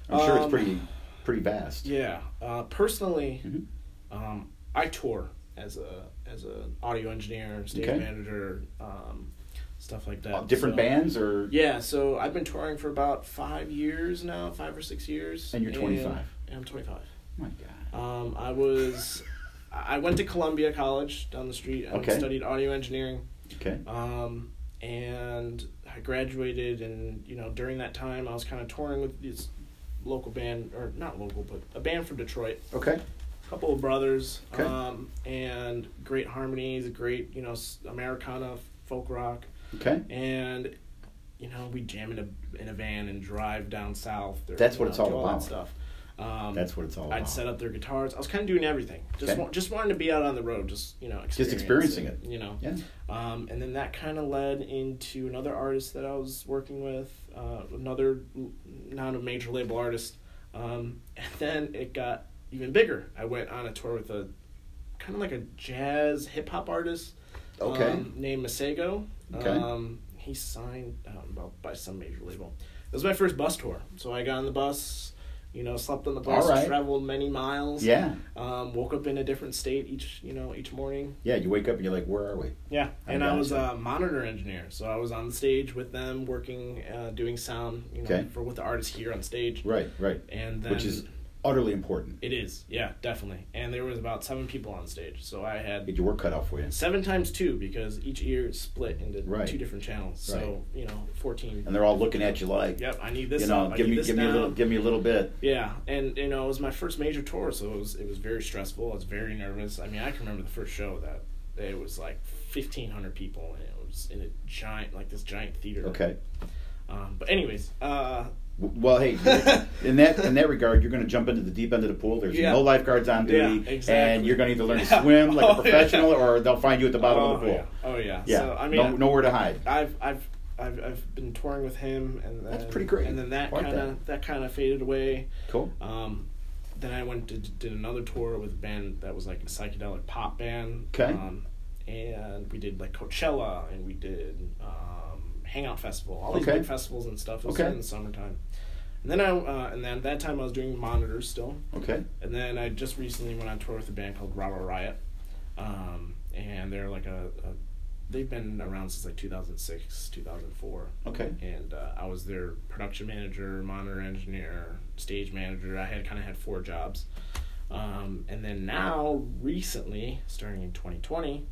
Speaker 1: I'm sure it's
Speaker 2: Um,
Speaker 1: pretty pretty vast. Mm-hmm.
Speaker 2: Yeah. Uh, personally,
Speaker 1: Mhm.
Speaker 2: um, I tour as a as an audio engineer, stage
Speaker 1: Okay.
Speaker 2: manager, um, stuff like that.
Speaker 1: Uh, different
Speaker 2: So-
Speaker 1: bands or
Speaker 2: Yeah, so I've been touring for about five years now, five or six years.
Speaker 1: And you're 25.
Speaker 2: And I'm 25.
Speaker 1: Oh my God.
Speaker 2: Um, I was, I went to Columbia College down the street. I
Speaker 1: Okay.
Speaker 2: studied audio engineering,
Speaker 1: Okay.
Speaker 2: um, and I graduated. And you know, during that time, I was kind of touring with this local band, or not local, but a band from Detroit
Speaker 1: Okay.
Speaker 2: couple of brothers,
Speaker 1: Okay.
Speaker 2: um, and great harmonies, great you know s- Americana folk rock,
Speaker 1: Okay.
Speaker 2: and you know we jam in a in a van and drive down south. Or,
Speaker 1: That's what
Speaker 2: you
Speaker 1: it's
Speaker 2: know,
Speaker 1: all
Speaker 2: do
Speaker 1: about.
Speaker 2: That stuff. Um,
Speaker 1: That's what it's all
Speaker 2: I'd
Speaker 1: about.
Speaker 2: set up their guitars. I was kind of doing everything. Just
Speaker 1: Okay.
Speaker 2: wa- just wanting to be out on the road. Just you know, experience
Speaker 1: experiencing it.
Speaker 2: You know,
Speaker 1: Yeah.
Speaker 2: um, and then that kind of led into another artist that I was working with, uh, another l- not a major label artist. Um, and then it got even bigger. I went on a tour with a kind of like a jazz hip hop artist
Speaker 1: Okay.
Speaker 2: um, named Masego.
Speaker 1: Okay.
Speaker 2: Um, he signed um, well, by some major label. It was my first bus tour. So I got on the bus, you know, slept on the bus,
Speaker 1: All right.
Speaker 2: traveled many miles.
Speaker 1: Yeah.
Speaker 2: Um, woke up in a different state each, you know, each morning.
Speaker 1: Yeah. You wake up and you're like, where are we?
Speaker 2: Yeah,
Speaker 1: I
Speaker 2: and I was
Speaker 1: gotcha.
Speaker 2: a monitor engineer, so I was on the stage with them, working, uh, doing sound, you know,
Speaker 1: Okay.
Speaker 2: for with the artists here on stage.
Speaker 1: Right. Right.
Speaker 2: And then
Speaker 1: Which is utterly important.
Speaker 2: it is, yeah, definitely. And there was about seven people on stage, so I had
Speaker 1: Get your work cut out for you.
Speaker 2: seven times two because each ear is split into
Speaker 1: Right.
Speaker 2: two different channels. So you know, fourteen.
Speaker 1: And they're all looking at you like,
Speaker 2: Yep, I need this.
Speaker 1: you know,
Speaker 2: up, I
Speaker 1: give
Speaker 2: need
Speaker 1: me,
Speaker 2: this
Speaker 1: give me a little,
Speaker 2: down.
Speaker 1: give me a little bit.
Speaker 2: Yeah, and you know it was my first major tour, so it was it was very stressful. I was very nervous. I mean, I can remember the first show that it was like fifteen hundred people, and it was in a giant like this giant theater.
Speaker 1: Okay.
Speaker 2: Um, but anyways, uh,
Speaker 1: W- Well, hey, in that in that regard, you're going to jump into the deep end of the pool. There's
Speaker 2: Yeah.
Speaker 1: no lifeguards on
Speaker 2: Yeah,
Speaker 1: duty, and
Speaker 2: exactly.
Speaker 1: you're going to either learn to
Speaker 2: Yeah.
Speaker 1: swim like
Speaker 2: Oh,
Speaker 1: a
Speaker 2: yeah.
Speaker 1: professional, or they'll find you at the bottom
Speaker 2: oh,
Speaker 1: of the pool.
Speaker 2: yeah. oh yeah,
Speaker 1: Yeah,
Speaker 2: So I mean,
Speaker 1: no, nowhere to hide.
Speaker 2: I've I've I've I've been touring with him, and
Speaker 1: That's
Speaker 2: then-
Speaker 1: pretty great.
Speaker 2: And then that
Speaker 1: I like
Speaker 2: kind of
Speaker 1: that.
Speaker 2: that kind of faded away.
Speaker 1: Cool.
Speaker 2: Um, then I went to did another tour with a band that was like a psychedelic pop band.
Speaker 1: Okay.
Speaker 2: Um, and we did like Coachella, and we did um, Hangout Festival, all these
Speaker 1: Okay.
Speaker 2: big festivals and stuff. It was
Speaker 1: Okay.
Speaker 2: in the summertime. And then I uh, and then at that time I was doing monitors still.
Speaker 1: Okay.
Speaker 2: And then I just recently went on tour with a band called Rara Riot, um, and they're like a, a they've been around since like 2006, 2004.
Speaker 1: Okay.
Speaker 2: And uh, I was their production manager, monitor engineer, stage manager. I had kind of had four jobs, um, and then now recently, starting in 2020,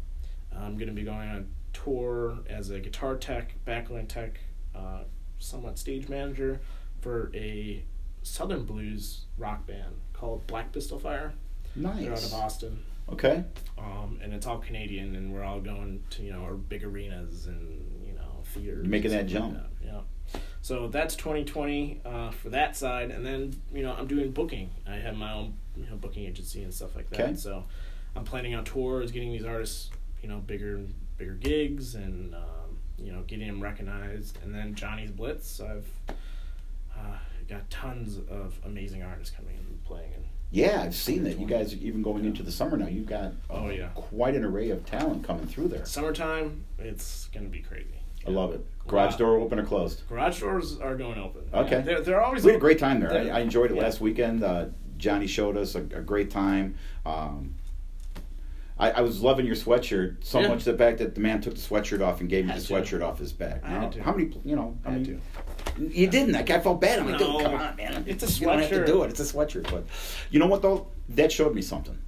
Speaker 2: I'm gonna be going on a tour as a guitar tech, backline tech, uh, somewhat stage manager for a southern blues rock band called Black Pistol Fire. They're out
Speaker 1: Nice.
Speaker 2: of Austin,
Speaker 1: Okay.
Speaker 2: um, and it's all Canadian, and we're all going to you know our big arenas and you know theaters.
Speaker 1: You're making
Speaker 2: and
Speaker 1: that
Speaker 2: stuff
Speaker 1: jump.
Speaker 2: that, Yeah. So that's 2020 uh, for that side, and then you know I'm doing booking. I have my own you know, booking agency and stuff like that.
Speaker 1: Okay.
Speaker 2: So I'm planning on tours, getting these artists you know bigger and bigger gigs, and um, you know getting them recognized. And then Johnny's Blitz, I've uh, got tons of amazing artists coming and playing. And
Speaker 1: Yeah, I've seen that. You guys are even going into the summer now. You've got uh,
Speaker 2: Oh, yeah.
Speaker 1: quite an array of talent coming through there.
Speaker 2: summertime, it's gonna be crazy.
Speaker 1: I love it. Garage
Speaker 2: Wow.
Speaker 1: door open or closed?
Speaker 2: Garage doors are going open.
Speaker 1: Okay.
Speaker 2: Yeah, they're, they're always
Speaker 1: We had a
Speaker 2: open.
Speaker 1: great time there. I, I enjoyed it
Speaker 2: Yeah.
Speaker 1: last weekend. Uh, Johnny showed us a, a great time. Um, I, I was loving your sweatshirt so
Speaker 2: Yeah.
Speaker 1: much the fact that the man took the sweatshirt off and gave me
Speaker 2: Had
Speaker 1: the
Speaker 2: to.
Speaker 1: sweatshirt off his back.
Speaker 2: I
Speaker 1: Now,
Speaker 2: had to.
Speaker 1: How many? You know, I
Speaker 2: Had
Speaker 1: mean, you didn't. Like, I felt bad. I'm like,
Speaker 2: No.
Speaker 1: dude, come on, man.
Speaker 2: It's a
Speaker 1: You don't have to
Speaker 2: sweatshirt.
Speaker 1: do it. It's a sweatshirt. But you know what though? That showed me something.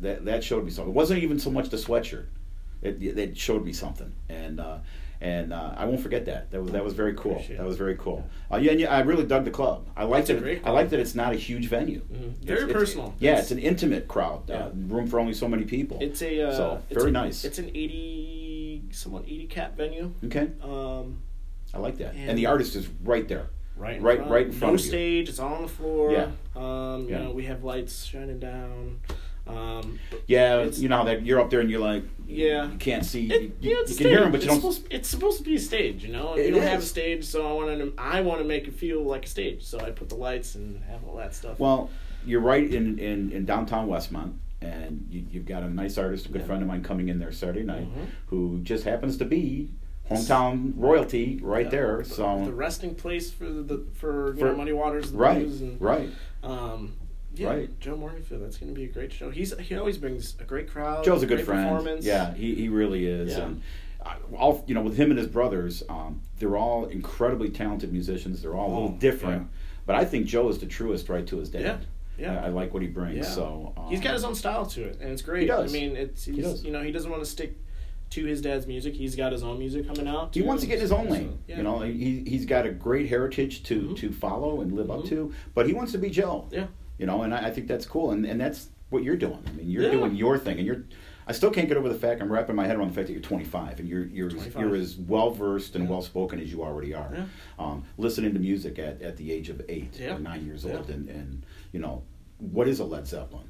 Speaker 1: That that showed me something. It wasn't even so much the sweatshirt. It that showed me something, and uh, and uh, I won't forget that. That was that was very cool.
Speaker 2: Appreciate
Speaker 1: that
Speaker 2: it.
Speaker 1: was very cool. Uh, yeah, and yeah, I really dug the club. I liked
Speaker 2: It's
Speaker 1: it.
Speaker 2: a great
Speaker 1: I like that it's not a huge venue.
Speaker 2: Mhm.
Speaker 1: It's-
Speaker 2: Very
Speaker 1: it's-
Speaker 2: personal.
Speaker 1: yeah, it's an intimate crowd. Uh, room for only so many people.
Speaker 2: It's a uh,
Speaker 1: so
Speaker 2: it's
Speaker 1: very
Speaker 2: a-
Speaker 1: nice.
Speaker 2: It's an eighty, somewhat eighty cap venue.
Speaker 1: okay,
Speaker 2: Um,
Speaker 1: I like that. And,
Speaker 2: And- uh,
Speaker 1: the artist is right there.
Speaker 2: right, in
Speaker 1: Right-
Speaker 2: front.
Speaker 1: right in front
Speaker 2: no
Speaker 1: of you.
Speaker 2: stage. It's all on the floor.
Speaker 1: Yeah.
Speaker 2: Um, you
Speaker 1: Yeah.
Speaker 2: know, we have lights shining down. Um, but
Speaker 1: Yeah,
Speaker 2: It's-
Speaker 1: you know that you're up there and you're like,
Speaker 2: Yeah.
Speaker 1: you can't see.
Speaker 2: it,
Speaker 1: you
Speaker 2: you know, it's
Speaker 1: you
Speaker 2: a
Speaker 1: can hear
Speaker 2: stage.
Speaker 1: him, but you
Speaker 2: it's
Speaker 1: don't.
Speaker 2: Supposed, it's supposed to be a stage, you know. and
Speaker 1: It
Speaker 2: we don't have a
Speaker 1: is.
Speaker 2: stage, so I want to. I want to make it feel like a stage. So I put the lights and have all that stuff.
Speaker 1: Well, you're right in, in, in downtown Westmont, and you, you've got a nice artist, a good
Speaker 2: Yeah.
Speaker 1: friend of mine coming in there Saturday night,
Speaker 2: Mhm.
Speaker 1: who just happens to be hometown royalty right
Speaker 2: Yeah.
Speaker 1: there.
Speaker 2: the
Speaker 1: So
Speaker 2: resting place for the for, you
Speaker 1: For-
Speaker 2: know, Muddy Waters, and the
Speaker 1: right,
Speaker 2: Blues and
Speaker 1: right.
Speaker 2: Um, Yeah,
Speaker 1: Right.
Speaker 2: Joe Morganfield. That's going to be a great show. He's he always brings a great crowd.
Speaker 1: Joe's a good
Speaker 2: great
Speaker 1: friend.
Speaker 2: Performance.
Speaker 1: Yeah, he, he really is.
Speaker 2: Yeah.
Speaker 1: And I, all you know, with him and his brothers, um, they're all incredibly talented musicians. They're all a little
Speaker 2: Oh,
Speaker 1: different,
Speaker 2: yeah.
Speaker 1: but I think Joe is the truest right to his dad.
Speaker 2: Yeah, yeah.
Speaker 1: I, I like what he brings.
Speaker 2: Yeah.
Speaker 1: So um,
Speaker 2: he's got his own style to it, and it's great.
Speaker 1: He does.
Speaker 2: I mean, it's he's,
Speaker 1: does.
Speaker 2: you know he doesn't want to stick to his dad's music. He's got his own music coming out.
Speaker 1: He
Speaker 2: too,
Speaker 1: wants to get in his own
Speaker 2: so-
Speaker 1: lane.
Speaker 2: yeah.
Speaker 1: You know, he he's got a great heritage to
Speaker 2: Mhm.
Speaker 1: to follow and live up
Speaker 2: Mhm.
Speaker 1: to, but he wants to be Joe.
Speaker 2: Yeah.
Speaker 1: You know, and I, I think that's cool, and and that's what you're doing. I mean, you're
Speaker 2: Yeah.
Speaker 1: doing your thing, and you're. I still can't get over the fact I'm wrapping my head around the fact that you're 25 and you're you're
Speaker 2: 25.
Speaker 1: you're as well versed and
Speaker 2: Yeah.
Speaker 1: well spoken as you already are.
Speaker 2: Yeah.
Speaker 1: Um, listening to music at, at the age of eight
Speaker 2: Yeah.
Speaker 1: or nine years
Speaker 2: Yeah.
Speaker 1: old, and, and you know what is a Led Zeppelin?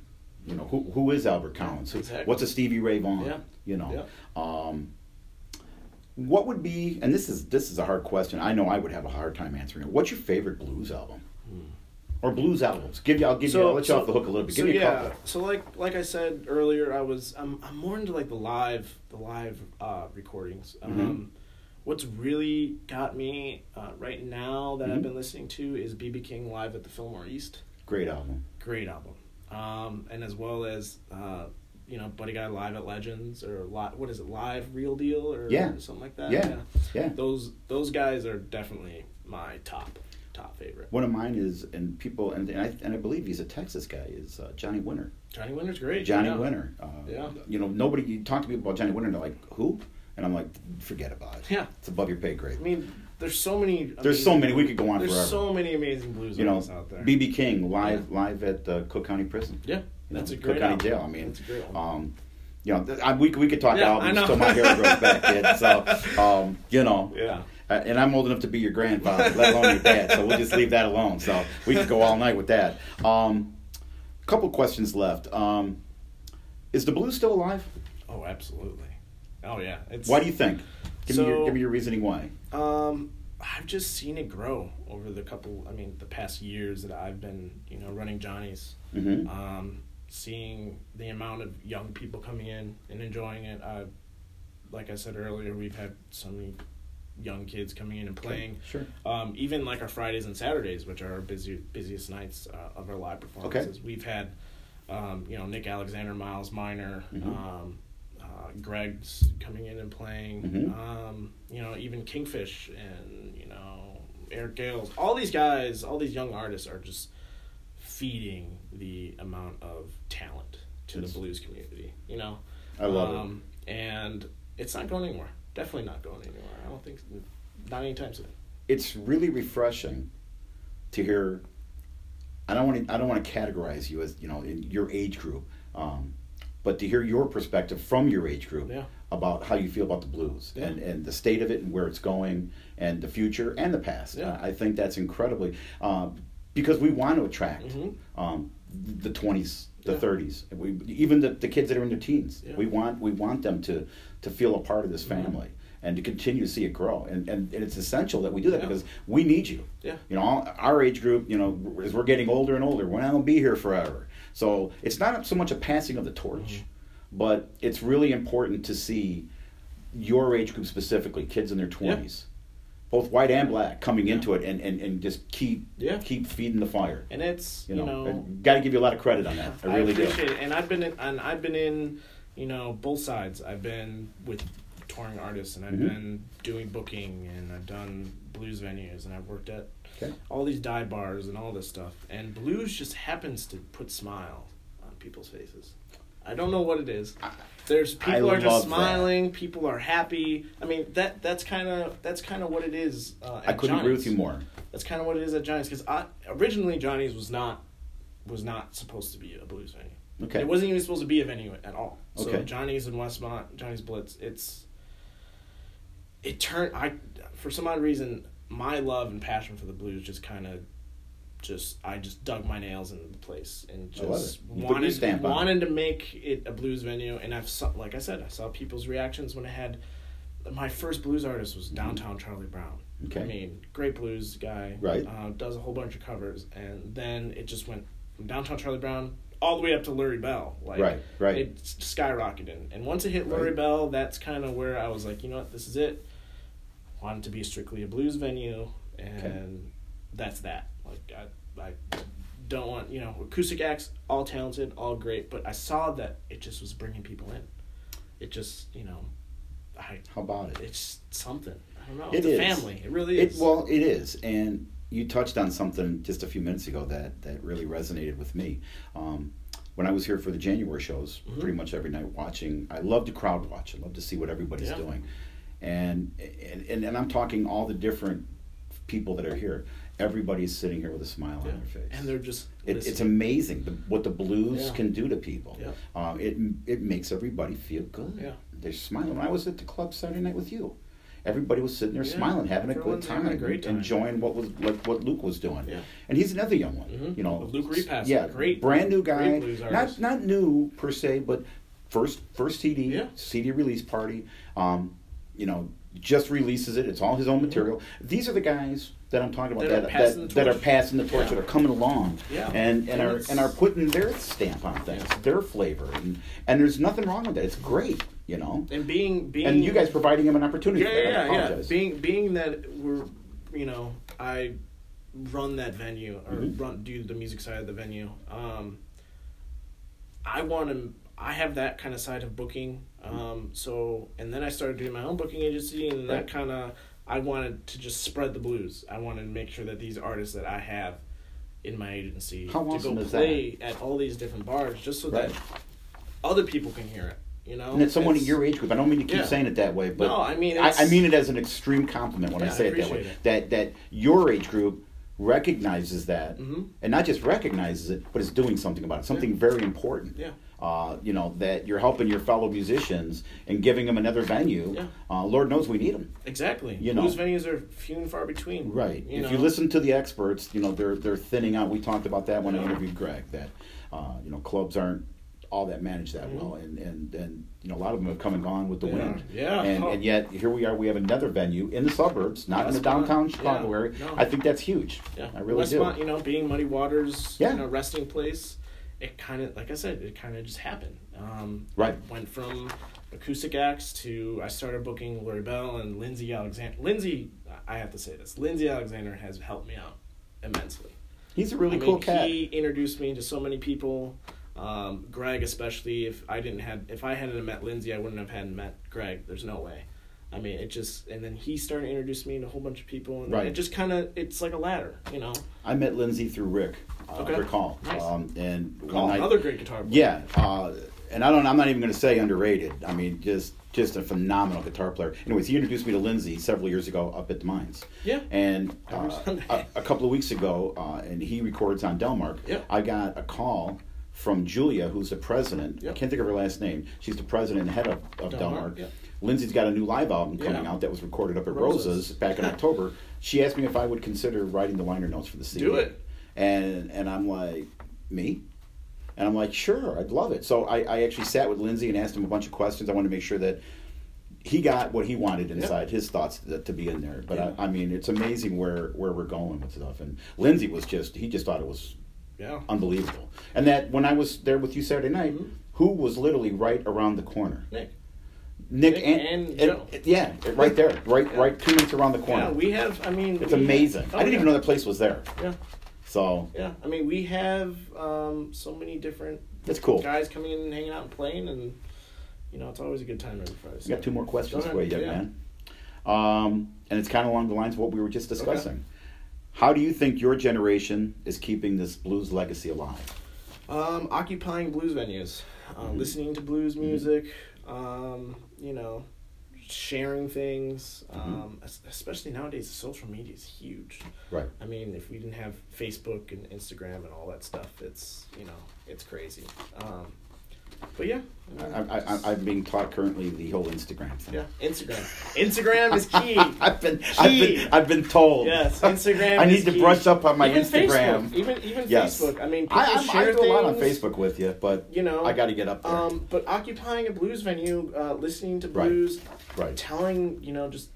Speaker 1: You know who who is Albert Collins? Who-
Speaker 2: Exactly.
Speaker 1: What's a Stevie Ray Vaughan?
Speaker 2: Yeah.
Speaker 1: You know,
Speaker 2: Yeah.
Speaker 1: um, what would be and this is this is a hard question i know i would have a hard time answering it what's your favorite blues album or blues albums give you i'll give you i'll let you off the hook a little bit
Speaker 2: so
Speaker 1: give me a
Speaker 2: yeah,
Speaker 1: couple
Speaker 2: So like like I said earlier, I was I'm, I'm more into like the live the live uh, recordings. Um,
Speaker 1: Mm-hmm.
Speaker 2: What's really got me uh, right now that I've
Speaker 1: Mhm.
Speaker 2: been listening to is BB King live at the Fillmore East.
Speaker 1: great album
Speaker 2: Great album, um, and as well as uh, you know Buddy Guy live at Legends or li- what is it live Real Deal or
Speaker 1: Yeah.
Speaker 2: something like that.
Speaker 1: Yeah. yeah
Speaker 2: those those guys are definitely my top top favorite.
Speaker 1: one of mine is and people and, and, I, and i believe he's a texas guy is uh, johnny winter
Speaker 2: Johnny Winter's great.
Speaker 1: johnny
Speaker 2: yeah.
Speaker 1: winter uh,
Speaker 2: Yeah.
Speaker 1: you know nobody you talk to people about johnny winter and they're like who and i'm like forget about it
Speaker 2: Yeah.
Speaker 1: it's above your pay grade
Speaker 2: I mean, there's so many.
Speaker 1: There's so many. We could go on
Speaker 2: There's
Speaker 1: forever.
Speaker 2: so many amazing blues
Speaker 1: you know
Speaker 2: artists out there.
Speaker 1: bb king live live at uh, cook county prison
Speaker 2: yeah,
Speaker 1: you know,
Speaker 2: that's a
Speaker 1: Cook
Speaker 2: great
Speaker 1: County
Speaker 2: album.
Speaker 1: Jail. I mean,
Speaker 2: that's a great one.
Speaker 1: um, you know, th- I, we we could talk
Speaker 2: Yeah, I
Speaker 1: albums
Speaker 2: know.
Speaker 1: till my hair grows back. Kid. So, um, you know,
Speaker 2: yeah,
Speaker 1: uh, and I'm old enough to be your grandfather, let alone your dad. So we'll just leave that alone. So we could go all night with that. Um, couple questions left. Um, is the blues still alive?
Speaker 2: oh, absolutely. Oh yeah. It's,
Speaker 1: Why do you think? Give me your
Speaker 2: So-
Speaker 1: give me your reasoning why.
Speaker 2: Um, I've just seen it grow over the couple. I mean, the past years that I've been, you know, running Johnny's.
Speaker 1: hmm
Speaker 2: Um, seeing the amount of young people coming in and enjoying it. I, like I said earlier, we've had so many young kids coming in and playing.
Speaker 1: Sure.
Speaker 2: um, even like our Fridays and Saturdays, which are our busy, busiest nights uh, of our live performances. We've had, um, you know, Nick Alexander, Miles Minor,
Speaker 1: Mhm.
Speaker 2: um, uh, Greg's coming in and playing.
Speaker 1: Mhm.
Speaker 2: Um, you know, even Kingfish and you know Eric Gales. All these guys, all these young artists are just feeding the amount of talent to
Speaker 1: Yes.
Speaker 2: the blues community. You know,
Speaker 1: I love
Speaker 2: it, and it's not going anywhere. Definitely not going anywhere. I don't think not anytime soon.
Speaker 1: it. It's really refreshing to hear. I don't want to. I don't want to categorize you as you know in your age group, um, but to hear your perspective from your age group
Speaker 2: Yeah.
Speaker 1: about how you feel about the blues
Speaker 2: Yeah.
Speaker 1: and, and the state of it and where it's going and the future and the past.
Speaker 2: Yeah.
Speaker 1: I I think that's incredibly um, because we want to attract
Speaker 2: Mhm.
Speaker 1: um, the twenties, the
Speaker 2: Yeah.
Speaker 1: thirties, we even the, the kids that are in their teens.
Speaker 2: Yeah. Mm-hmm.
Speaker 1: We want we want them to to feel a part of this family. And to continue to see it grow, and, and, and it's essential that we do that
Speaker 2: Yeah.
Speaker 1: because we need you.
Speaker 2: Yeah.
Speaker 1: You know, all- our age group, you know, as we're getting older and older, we're not going to be here forever. So it's not so much a passing of the torch,
Speaker 2: Mm-hmm.
Speaker 1: but it's really important to see your age group specifically, kids in their 20s, both white and black, coming into it and, and, and just keep
Speaker 2: Yeah.
Speaker 1: keep feeding the fire.
Speaker 2: and it's
Speaker 1: You know, got to give you a lot of credit on that. I really do.
Speaker 2: appreciate it. And I've been in, and I've been in, you know, both sides. I've been with touring artists, and I've
Speaker 1: Mhm.
Speaker 2: been doing booking, and I've done blues venues, and I've worked at
Speaker 1: Okay.
Speaker 2: all these dive bars and all this stuff. And blues just happens to put smile on people's faces. I don't know what it is. There's
Speaker 1: I
Speaker 2: people are
Speaker 1: love
Speaker 2: just
Speaker 1: that.
Speaker 2: smiling. People are happy. I mean that that's kind of that's kind of what it is. Uh,
Speaker 1: I
Speaker 2: at
Speaker 1: couldn't agree
Speaker 2: Johnny's
Speaker 1: with you more.
Speaker 2: that's kind of what it is at Johnny's because I originally Johnny's was not was not supposed to be a blues venue.
Speaker 1: Okay.
Speaker 2: It wasn't even supposed to be a venue at all. So
Speaker 1: Okay.
Speaker 2: Johnny's and Westmont, Johnny's Blitz, it's it turned I for some odd reason my love and passion for the blues just kind of just I just dug my nails into the place and
Speaker 1: I love
Speaker 2: just
Speaker 1: it. You put your
Speaker 2: wanted
Speaker 1: stamp on it.
Speaker 2: wanted to make it a blues venue and I've saw, like I said I saw people's reactions when I had my first blues artist was Downtown Charlie Brown.
Speaker 1: Okay.
Speaker 2: I mean, great blues guy.
Speaker 1: Right.
Speaker 2: Uh, does a whole bunch of covers, and then it just went from Downtown Charlie Brown all the way up to Lurie Bell. Like,
Speaker 1: Right, right.
Speaker 2: It s- skyrocketed, and once it hit
Speaker 1: Right.
Speaker 2: Lurie Bell, that's kind of where I was like, you know what, this is it. Wanted to be strictly a blues venue, and that's that. Like I, I don't want you know acoustic acts all talented all great but i saw that it just was bringing people in it just you know i
Speaker 1: How about it?
Speaker 2: it's something i don't know
Speaker 1: It
Speaker 2: it's a
Speaker 1: is.
Speaker 2: family it really
Speaker 1: It,
Speaker 2: is
Speaker 1: well, it is, and you touched on something just a few minutes ago that that really resonated with me. Um, when I was here for the January shows,
Speaker 2: Mm-hmm.
Speaker 1: pretty much every night watching, I love to crowd watch. I love to see what everybody's
Speaker 2: Yeah.
Speaker 1: doing, and and, and and I'm talking all the different people that are here. Everybody's sitting here with a smile
Speaker 2: Yeah.
Speaker 1: on their face.
Speaker 2: and they're just
Speaker 1: It, it's
Speaker 2: listening.
Speaker 1: amazing the, what the blues
Speaker 2: Yeah.
Speaker 1: can do to people.
Speaker 2: Yeah.
Speaker 1: Um, it it makes everybody feel good.
Speaker 2: Yeah.
Speaker 1: They're smiling. When I was at the club Saturday night with you, everybody was sitting there
Speaker 2: Yeah.
Speaker 1: smiling, having
Speaker 2: Everyone's
Speaker 1: a good time,
Speaker 2: having a great time.
Speaker 1: enjoying what was like what Luke was doing.
Speaker 2: Yeah.
Speaker 1: And he's another young one.
Speaker 2: Mhm.
Speaker 1: You know,
Speaker 2: Luke Repass,
Speaker 1: Yeah,
Speaker 2: great-
Speaker 1: brand new
Speaker 2: great
Speaker 1: guy.
Speaker 2: blues
Speaker 1: not
Speaker 2: artist.
Speaker 1: not new per se, but first first CD
Speaker 2: Yeah.
Speaker 1: CD release party. Um, you know, just releases it. It's all his own material. These are the guys that I'm talking about
Speaker 2: Mm-hmm. That are
Speaker 1: that
Speaker 2: passing
Speaker 1: that,
Speaker 2: the
Speaker 1: that are
Speaker 2: torch.
Speaker 1: passing the torch
Speaker 2: Yeah.
Speaker 1: that are coming along
Speaker 2: Yeah.
Speaker 1: and and
Speaker 2: And
Speaker 1: are
Speaker 2: it's-
Speaker 1: and are putting their stamp on things,
Speaker 2: Yeah.
Speaker 1: their flavor, and and there's nothing wrong with that. It's great, you know.
Speaker 2: and being being
Speaker 1: And you guys providing them an opportunity.
Speaker 2: yeah
Speaker 1: for that. I
Speaker 2: yeah yeah, yeah.
Speaker 1: apologize.
Speaker 2: being being that we're you know i run that venue or
Speaker 1: Mhm.
Speaker 2: run do the music side of the venue um i want to i have that kind of side of booking
Speaker 1: Mm-hmm.
Speaker 2: um so and then i started doing my own booking agency and
Speaker 1: Right.
Speaker 2: that kind of i wanted to just spread the blues i wanted to make sure that these artists that i have in my agency
Speaker 1: How
Speaker 2: to
Speaker 1: awesome
Speaker 2: go
Speaker 1: is that?
Speaker 2: play at all these different bars just so
Speaker 1: Right.
Speaker 2: that other people can hear it you know
Speaker 1: and it's someone in
Speaker 2: It's-
Speaker 1: your age group. I don't mean to keep
Speaker 2: Yeah.
Speaker 1: saying it that way, but
Speaker 2: No, I mean,
Speaker 1: I, I
Speaker 2: it's-
Speaker 1: mean it as an extreme compliment when I
Speaker 2: Yeah, I
Speaker 1: say it that way.
Speaker 2: appreciate it.
Speaker 1: That that your age group recognizes that,
Speaker 2: Mhm.
Speaker 1: and not just recognizes it, but is doing something about it. Something very important.
Speaker 2: Yeah.
Speaker 1: Uh, you know that you're helping your fellow musicians and giving them another venue.
Speaker 2: Yeah.
Speaker 1: Uh, Lord knows we need them.
Speaker 2: Exactly.
Speaker 1: You
Speaker 2: You
Speaker 1: know.
Speaker 2: Blues venues are few and far between.
Speaker 1: Right.
Speaker 2: You
Speaker 1: if
Speaker 2: know?
Speaker 1: you listen to the experts, you know they're they're thinning out. We talked about that when I
Speaker 2: Yeah.
Speaker 1: interviewed Greg. That uh, you know clubs aren't all that managed that
Speaker 2: Mhm.
Speaker 1: well, and, and and you know a lot of them have come and gone with the
Speaker 2: They
Speaker 1: wind.
Speaker 2: are. Yeah.
Speaker 1: And and yet here we are. We have another venue in the suburbs, not in the
Speaker 2: Westmont.
Speaker 1: downtown
Speaker 2: Yeah.
Speaker 1: Chicago area.
Speaker 2: No.
Speaker 1: I think that's huge.
Speaker 2: yeah.
Speaker 1: I really
Speaker 2: West
Speaker 1: do.
Speaker 2: Mont, you know, being Muddy Waters,
Speaker 1: Yeah.
Speaker 2: you know, resting place, it kind of, like I said, it kind of just happened. Um,
Speaker 1: Right.
Speaker 2: Went from acoustic acts to I started booking Lori Bell and Lindsay Alexander. Lindsay, I have to say this, Lindsay Alexander has helped me out immensely.
Speaker 1: He's a really
Speaker 2: I mean,
Speaker 1: cool cat.
Speaker 2: He introduced me to so many people. Um, Greg, especially if I didn't have if I hadn't have met Lindsay, I wouldn't have hadn't met Greg. There's no way. I mean, it just and then he started to introduce me to a whole bunch of people, and then
Speaker 1: Right.
Speaker 2: it just kind of it's like a ladder, you know.
Speaker 1: I met Lindsay through Rick. Uh,
Speaker 2: Okay.
Speaker 1: Recall.
Speaker 2: Nice.
Speaker 1: Um, and one
Speaker 2: Call
Speaker 1: night-
Speaker 2: another great guitar player.
Speaker 1: Yeah, uh, and I don't. I'm not even going to say underrated. I mean, just just a phenomenal guitar player. Anyways, he introduced me to Lindsey several years ago up at the mines.
Speaker 2: Yeah.
Speaker 1: And
Speaker 2: I
Speaker 1: uh,
Speaker 2: remember
Speaker 1: a,
Speaker 2: that.
Speaker 1: a couple of weeks ago, uh, and he records on Delmark.
Speaker 2: Yeah.
Speaker 1: I got a call from Julia, who's the president. I
Speaker 2: Yeah.
Speaker 1: can't think of her last name. She's the president and head of, of Delmark.
Speaker 2: Delmark, yeah.
Speaker 1: Lindsay's got a new live album coming
Speaker 2: Yeah.
Speaker 1: out that was recorded up at Rose's,
Speaker 2: Rose's.
Speaker 1: back in October. She asked me if I would consider writing the liner notes for the CD.
Speaker 2: Do it.
Speaker 1: And and I'm like, me? And I'm like, sure, I'd love it. So I, I actually sat with Lindsay and asked him a bunch of questions. I wanted to make sure that he got what he wanted inside his thoughts to, to be in there. But
Speaker 2: Yeah.
Speaker 1: I, I mean, it's amazing where, where we're going with stuff. And Lindsay was just, he just thought it was
Speaker 2: yeah.
Speaker 1: unbelievable. And that when I was there with you Saturday night,
Speaker 2: Mhm.
Speaker 1: who was literally right around the corner?
Speaker 2: Nick.
Speaker 1: Nick,
Speaker 2: Nick
Speaker 1: and,
Speaker 2: and Joe.
Speaker 1: yeah, right there, right,
Speaker 2: Yeah.
Speaker 1: right, two minutes around the corner.
Speaker 2: Yeah, we have. I mean,
Speaker 1: it's
Speaker 2: we-
Speaker 1: amazing. I
Speaker 2: oh,
Speaker 1: didn't
Speaker 2: yeah.
Speaker 1: even know that place was there.
Speaker 2: Yeah,
Speaker 1: So
Speaker 2: yeah. I mean, we have um, so many different
Speaker 1: that's cool.
Speaker 2: guys coming in and hanging out and playing, and you know, it's always a good time every Friday.
Speaker 1: We got two more questions
Speaker 2: Go
Speaker 1: for you,
Speaker 2: ahead,
Speaker 1: young
Speaker 2: yeah.
Speaker 1: man. Um, and it's kind of along the lines of what we were just discussing. How do you think your generation is keeping this blues legacy alive?
Speaker 2: Um, occupying blues venues, uh,
Speaker 1: Mhm.
Speaker 2: listening to blues music, um, you know, sharing things.
Speaker 1: Mm-hmm.
Speaker 2: Um, es- especially nowadays, social media is huge.
Speaker 1: Right.
Speaker 2: I mean, if we didn't have Facebook and Instagram and all that stuff, it's you know, it's crazy. Um, but yeah,
Speaker 1: I, I, I, I'm being taught currently the whole Instagram thing.
Speaker 2: yeah, Instagram. Instagram is key.
Speaker 1: I've been, I've been, I've been told.
Speaker 2: Yes, Instagram.
Speaker 1: I need
Speaker 2: is
Speaker 1: to
Speaker 2: key.
Speaker 1: brush up on my
Speaker 2: even
Speaker 1: Instagram.
Speaker 2: Facebook, even even
Speaker 1: Yes.
Speaker 2: Facebook. I mean, people
Speaker 1: I, I'm- I,
Speaker 2: share
Speaker 1: do a lot on
Speaker 2: things.
Speaker 1: Facebook with you, but
Speaker 2: You know,
Speaker 1: I got to get up there.
Speaker 2: Um, but occupying a blues venue, uh, listening to
Speaker 1: Right.
Speaker 2: blues,
Speaker 1: right.
Speaker 2: telling you know just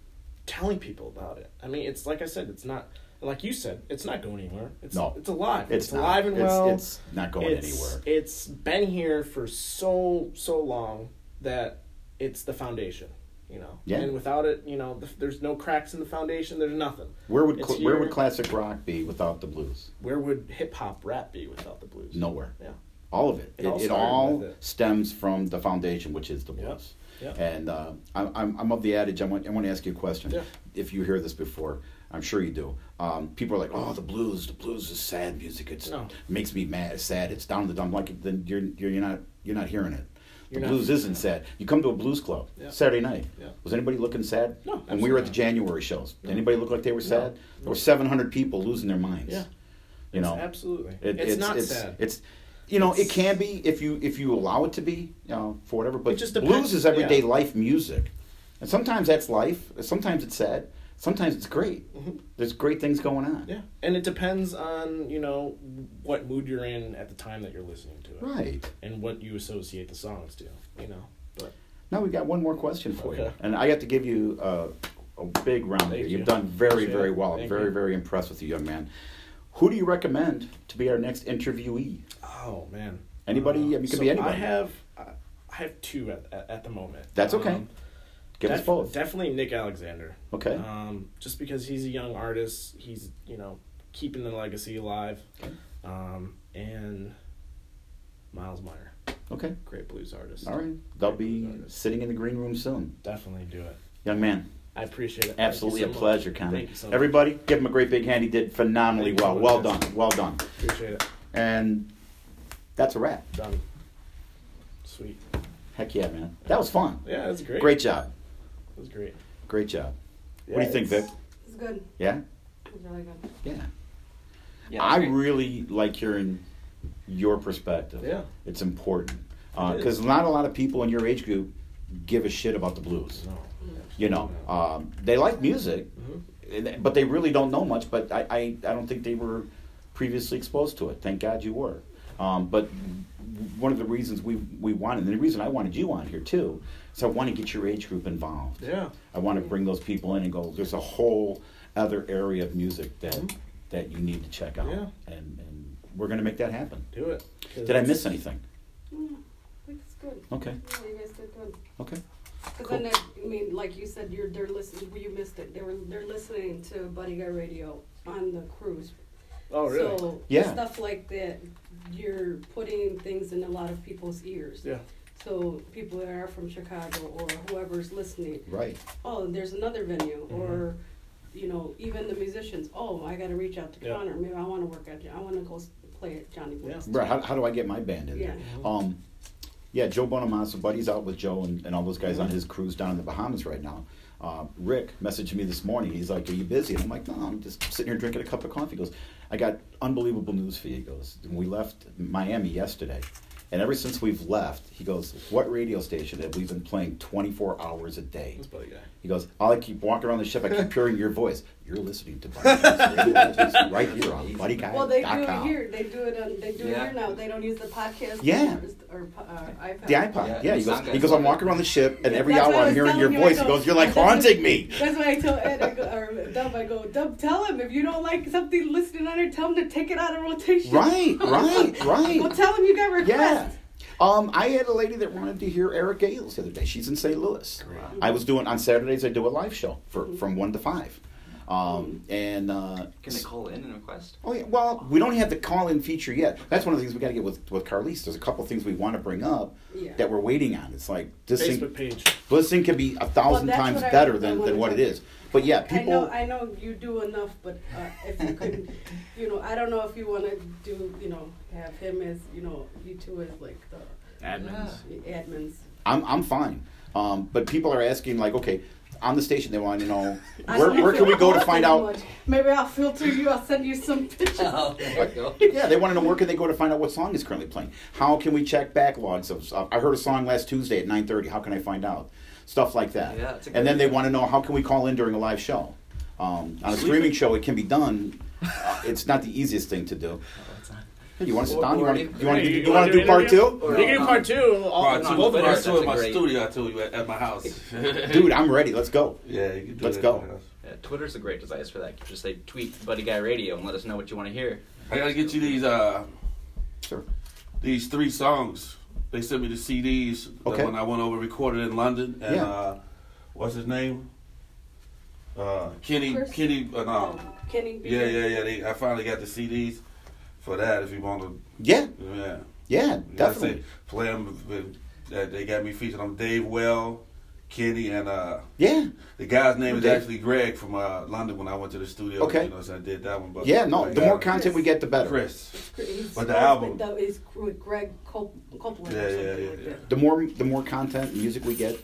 Speaker 2: telling people about it. I mean, it's like I said, it's not like you said, it's not going anywhere. It's
Speaker 1: No.
Speaker 2: it's alive. It's,
Speaker 1: not-
Speaker 2: alive and
Speaker 1: it's,
Speaker 2: well.
Speaker 1: It's not going
Speaker 2: It's-
Speaker 1: anywhere.
Speaker 2: It's been here for so so long that it's the foundation. you know.
Speaker 1: Yeah.
Speaker 2: And without it, you know, th- there's no cracks in the foundation. There's nothing.
Speaker 1: Where would
Speaker 2: It's
Speaker 1: cl- where
Speaker 2: your-
Speaker 1: would classic rock be without the blues?
Speaker 2: Where would hip hop rap be without the blues?
Speaker 1: Nowhere.
Speaker 2: Yeah.
Speaker 1: All of it. It,
Speaker 2: It
Speaker 1: it all,
Speaker 2: all started with it.
Speaker 1: stems from the foundation, which is the
Speaker 2: Yep.
Speaker 1: blues.
Speaker 2: Yep.
Speaker 1: And uh, I'm, I'm, I'm of the adage. I want, I want to ask you a question.
Speaker 2: Yeah.
Speaker 1: If you hear this before, I'm sure you do. Um, people are like, "Oh, the blues. The blues is sad music. It's
Speaker 2: No.
Speaker 1: makes me mad. It's sad. It's down in the dump." Like then you're, you're you're not you're not hearing it. The
Speaker 2: You're not-
Speaker 1: blues isn't sad. You come to a blues club
Speaker 2: Yeah.
Speaker 1: Saturday night.
Speaker 2: Yeah.
Speaker 1: Was anybody looking sad?
Speaker 2: No,
Speaker 1: When we were at the
Speaker 2: absolutely not.
Speaker 1: January shows, did anybody look like they were sad? There were 700 people losing their minds.
Speaker 2: Yeah.
Speaker 1: You know.
Speaker 2: Absolutely.
Speaker 1: It-
Speaker 2: it's, not sad.
Speaker 1: It's you know, it can be if you if you allow it to be, you know, for whatever. But
Speaker 2: It just
Speaker 1: blues
Speaker 2: depends,
Speaker 1: is everyday
Speaker 2: yeah.
Speaker 1: life music, and sometimes that's life. Sometimes it's sad. Sometimes it's great. There's great things going on.
Speaker 2: Mm-hmm. yeah. And it depends on you know what mood you're in at the time that you're listening to it,
Speaker 1: Right
Speaker 2: and what you associate the songs to. You know. But
Speaker 1: now, we've got one more question for you,
Speaker 2: Okay.
Speaker 1: and I got to give you uh, a big round.
Speaker 2: Thank
Speaker 1: here. You've
Speaker 2: you.
Speaker 1: done very
Speaker 2: Appreciate
Speaker 1: very
Speaker 2: it.
Speaker 1: well. I'm
Speaker 2: Thank
Speaker 1: very
Speaker 2: you.
Speaker 1: very impressed with you, young man. Who do you recommend to be our next interviewee?
Speaker 2: oh man.
Speaker 1: Anybody? I mean, it could be anybody.
Speaker 2: I have. I I have two at, at, at the moment.
Speaker 1: That's okay.
Speaker 2: Um,
Speaker 1: Give us
Speaker 2: Def-
Speaker 1: both.
Speaker 2: Definitely Nick Alexander.
Speaker 1: Okay.
Speaker 2: Um, just because he's a young artist, he's you know keeping the legacy alive.
Speaker 1: Okay.
Speaker 2: Um, and Miles Meyer,
Speaker 1: okay.
Speaker 2: great blues artist.
Speaker 1: All right. They'll be sitting in the green room soon,
Speaker 2: Definitely do it.
Speaker 1: young man.
Speaker 2: I appreciate it. Thank you
Speaker 1: Absolutely
Speaker 2: so
Speaker 1: a
Speaker 2: much.
Speaker 1: pleasure, Connie.
Speaker 2: Thank you so much.
Speaker 1: Everybody, give him a great big hand. He did phenomenally
Speaker 2: Thank you
Speaker 1: well.
Speaker 2: so
Speaker 1: Well
Speaker 2: much.
Speaker 1: done. Well done.
Speaker 2: Appreciate it.
Speaker 1: And that's a wrap.
Speaker 2: Done. Sweet.
Speaker 1: Heck yeah, man. That was fun.
Speaker 2: Yeah, that's great.
Speaker 1: Great job.
Speaker 2: That was great.
Speaker 1: Great job.
Speaker 2: Yeah,
Speaker 1: what do you think, Vic?
Speaker 2: it's-
Speaker 3: It's good.
Speaker 1: Yeah?
Speaker 3: It's really good.
Speaker 1: Yeah.
Speaker 4: Yeah,
Speaker 1: I
Speaker 4: that's great.
Speaker 1: really like hearing your perspective.
Speaker 2: Yeah.
Speaker 1: It's important.
Speaker 2: is.
Speaker 1: Because not a lot of people in your age group give a shit about the blues.
Speaker 2: No. Mm-hmm.
Speaker 1: You know, um, they like music, and- but they really don't know much. But I, I, I don't think they were previously exposed to it. Thank God you were. Um, but one of the reasons we, we wanted, and the reason I wanted you on here too, is I want to get your age group involved.
Speaker 2: Yeah.
Speaker 1: I want to bring those people in and go, there's a whole other area of music that, that you need to check out.
Speaker 2: Mm-hmm. Yeah.
Speaker 1: And, and we're going to make that happen.
Speaker 2: Do it. 'Cause
Speaker 1: Did I
Speaker 2: it's-
Speaker 1: miss anything?
Speaker 3: I think it's good.
Speaker 1: Okay,
Speaker 3: Yeah, you guys did good.
Speaker 1: okay.
Speaker 3: Because
Speaker 1: Cool.
Speaker 3: then, that, I mean, like you said, you're they're listening. You missed it. They were they're listening to Buddy Guy Radio on the cruise.
Speaker 2: Oh really?
Speaker 3: So
Speaker 1: Yeah.
Speaker 3: stuff like that, you're putting things in a lot of people's ears.
Speaker 2: yeah.
Speaker 3: So people that are from Chicago or whoever's listening,
Speaker 1: Right.
Speaker 3: oh, there's another venue, or you know, even the musicians. Oh, I got to reach out to
Speaker 2: Yeah.
Speaker 3: Connor. Maybe I want to work at. I want to go s- play at Johnny Blues.
Speaker 1: Right. How, how do I get my band in there?
Speaker 3: Yeah.
Speaker 1: Um, yeah, Joe Bonamassa, Buddy's out with Joe and, and all those guys on his cruise down in the Bahamas right now. Uh, Rick messaged me this morning. He's like, "Are you busy?" And I'm like, "No, I'm just sitting here drinking a cup of coffee." He goes, "I got unbelievable news for you." He goes, "We left Miami yesterday, and ever since we've left, he goes, what radio station have we been playing 24 hours a day?"
Speaker 2: That's buddy guy.
Speaker 1: He goes, "All I keep walking around the ship, I keep hearing your voice. You're listening to Buddy Guy's radio station right here on BuddyGuy.com."
Speaker 3: Well, they do it here. They do it on. They do it
Speaker 4: Yeah.
Speaker 3: here now. They don't use the podcast.
Speaker 1: Yeah.
Speaker 3: Or, or uh, iPad.
Speaker 1: The iPod. Yeah,
Speaker 4: Yeah,
Speaker 1: he
Speaker 4: it's
Speaker 1: goes.
Speaker 4: not good.
Speaker 1: He goes. I'm walking around the ship, and every
Speaker 3: That's
Speaker 1: hour
Speaker 3: what I
Speaker 1: I'm
Speaker 3: was
Speaker 1: hearing
Speaker 3: telling
Speaker 1: your
Speaker 3: you, I
Speaker 1: voice.
Speaker 3: go,
Speaker 1: He goes. You're like
Speaker 3: "That's what-
Speaker 1: haunting me.
Speaker 3: That's why I tell Ed, I go, or Dub, I go, Dub, tell him if you don't like something listening on there, tell him to take it out of rotation.
Speaker 1: Right. Right.
Speaker 3: Go
Speaker 1: Right.
Speaker 3: tell him you got
Speaker 1: Yeah.
Speaker 3: requests.
Speaker 1: Um, I had a lady that wanted to hear Eric Gales the other day. She's in St. Louis. I was doing on Saturdays. I do a live show for from one to five, um,
Speaker 3: Mm-hmm.
Speaker 1: and uh,
Speaker 4: Can they call in and request?
Speaker 1: Oh yeah. Well, we don't have the call-in feature yet. That's one of the things we got to get with with Carlise. There's a couple things we want to bring up
Speaker 3: Yeah.
Speaker 1: that we're waiting on. It's like this
Speaker 2: Facebook
Speaker 1: thing,
Speaker 2: page.
Speaker 1: this thing can be a thousand
Speaker 3: that's
Speaker 1: times
Speaker 3: what I-
Speaker 1: better
Speaker 3: I
Speaker 1: than,
Speaker 3: wanna
Speaker 1: than what it
Speaker 3: talk-
Speaker 1: is. But yeah,
Speaker 3: I know,
Speaker 1: people.
Speaker 3: I know you do enough, but uh, if you could, you know, I don't know if you want to do, you know, have him as, you know, you two as like the
Speaker 4: Admins.
Speaker 3: admins.
Speaker 1: I'm I'm fine. Um, but people are asking like, okay, on the station they want to know
Speaker 3: I
Speaker 1: where
Speaker 3: don't know
Speaker 1: where
Speaker 3: if
Speaker 1: can we
Speaker 3: you're
Speaker 1: go to
Speaker 3: old
Speaker 1: find out.
Speaker 3: anymore. Maybe I'll filter you. I'll send you some pictures.
Speaker 4: Oh, there we go.
Speaker 1: Yeah, they want to know where can they go to find out what song is currently playing. How can we check backlogs of stuff? I heard a song last Tuesday at 9:30. How can I find out? Stuff like that.
Speaker 4: Yeah, that's a
Speaker 1: and
Speaker 4: good
Speaker 1: then they
Speaker 4: idea.
Speaker 1: want to know how can we call in during a live show. Um, on a
Speaker 4: Sleeping.
Speaker 1: streaming show, it can be done. Uh, it's not the easiest thing to
Speaker 4: Oh,
Speaker 1: do. You want to sit down? You want to? You want to? You want to do part two?
Speaker 2: You can do part two.
Speaker 1: Oh,
Speaker 2: All,
Speaker 5: Part
Speaker 2: it's
Speaker 5: two,
Speaker 2: both of
Speaker 4: That's
Speaker 5: part
Speaker 2: us.
Speaker 5: two in my
Speaker 4: great.
Speaker 5: studio. I told you at, at my house.
Speaker 1: Dude, I'm ready. Let's go.
Speaker 5: yeah, you can do
Speaker 1: Let's
Speaker 5: that
Speaker 1: go.
Speaker 5: at my house.
Speaker 4: Yeah, Twitter's a great device for that. Just say tweet Buddy Guy Radio and let us know what you want to hear.
Speaker 5: I gotta get you these uh
Speaker 1: Sure.
Speaker 5: these three songs. They sent me the CDs
Speaker 1: Okay.
Speaker 5: the one I went over recorded in London, and
Speaker 1: Yeah.
Speaker 5: uh, what's his name? Uh, Kenny,
Speaker 3: Chris? Oh.
Speaker 5: Kenny, uh, no.
Speaker 3: Um, Kenny. B.
Speaker 5: yeah, yeah, yeah. They, I finally got the CDs for that. If you want to,
Speaker 1: Yeah,
Speaker 5: yeah,
Speaker 1: yeah,
Speaker 5: You gotta
Speaker 1: definitely.
Speaker 5: say, play them. They got me featured on Dave Well, Kenny, and uh,
Speaker 1: Yeah,
Speaker 5: the guy's name is
Speaker 1: Dave-
Speaker 5: actually Greg from uh, London. When I went to the studio,
Speaker 1: Okay.
Speaker 5: you know, so I did that one. But
Speaker 1: yeah. No,
Speaker 5: but
Speaker 1: the
Speaker 5: I
Speaker 1: more
Speaker 5: got
Speaker 1: content we get, the better.
Speaker 5: Chris,
Speaker 3: He's
Speaker 5: But the
Speaker 3: friends
Speaker 5: album-
Speaker 3: with the- is with Greg Cop- Copeland.
Speaker 5: Yeah,
Speaker 3: or
Speaker 5: yeah,
Speaker 3: something
Speaker 5: yeah,
Speaker 3: like
Speaker 5: yeah.
Speaker 3: that.
Speaker 1: The more, the more content and music we get,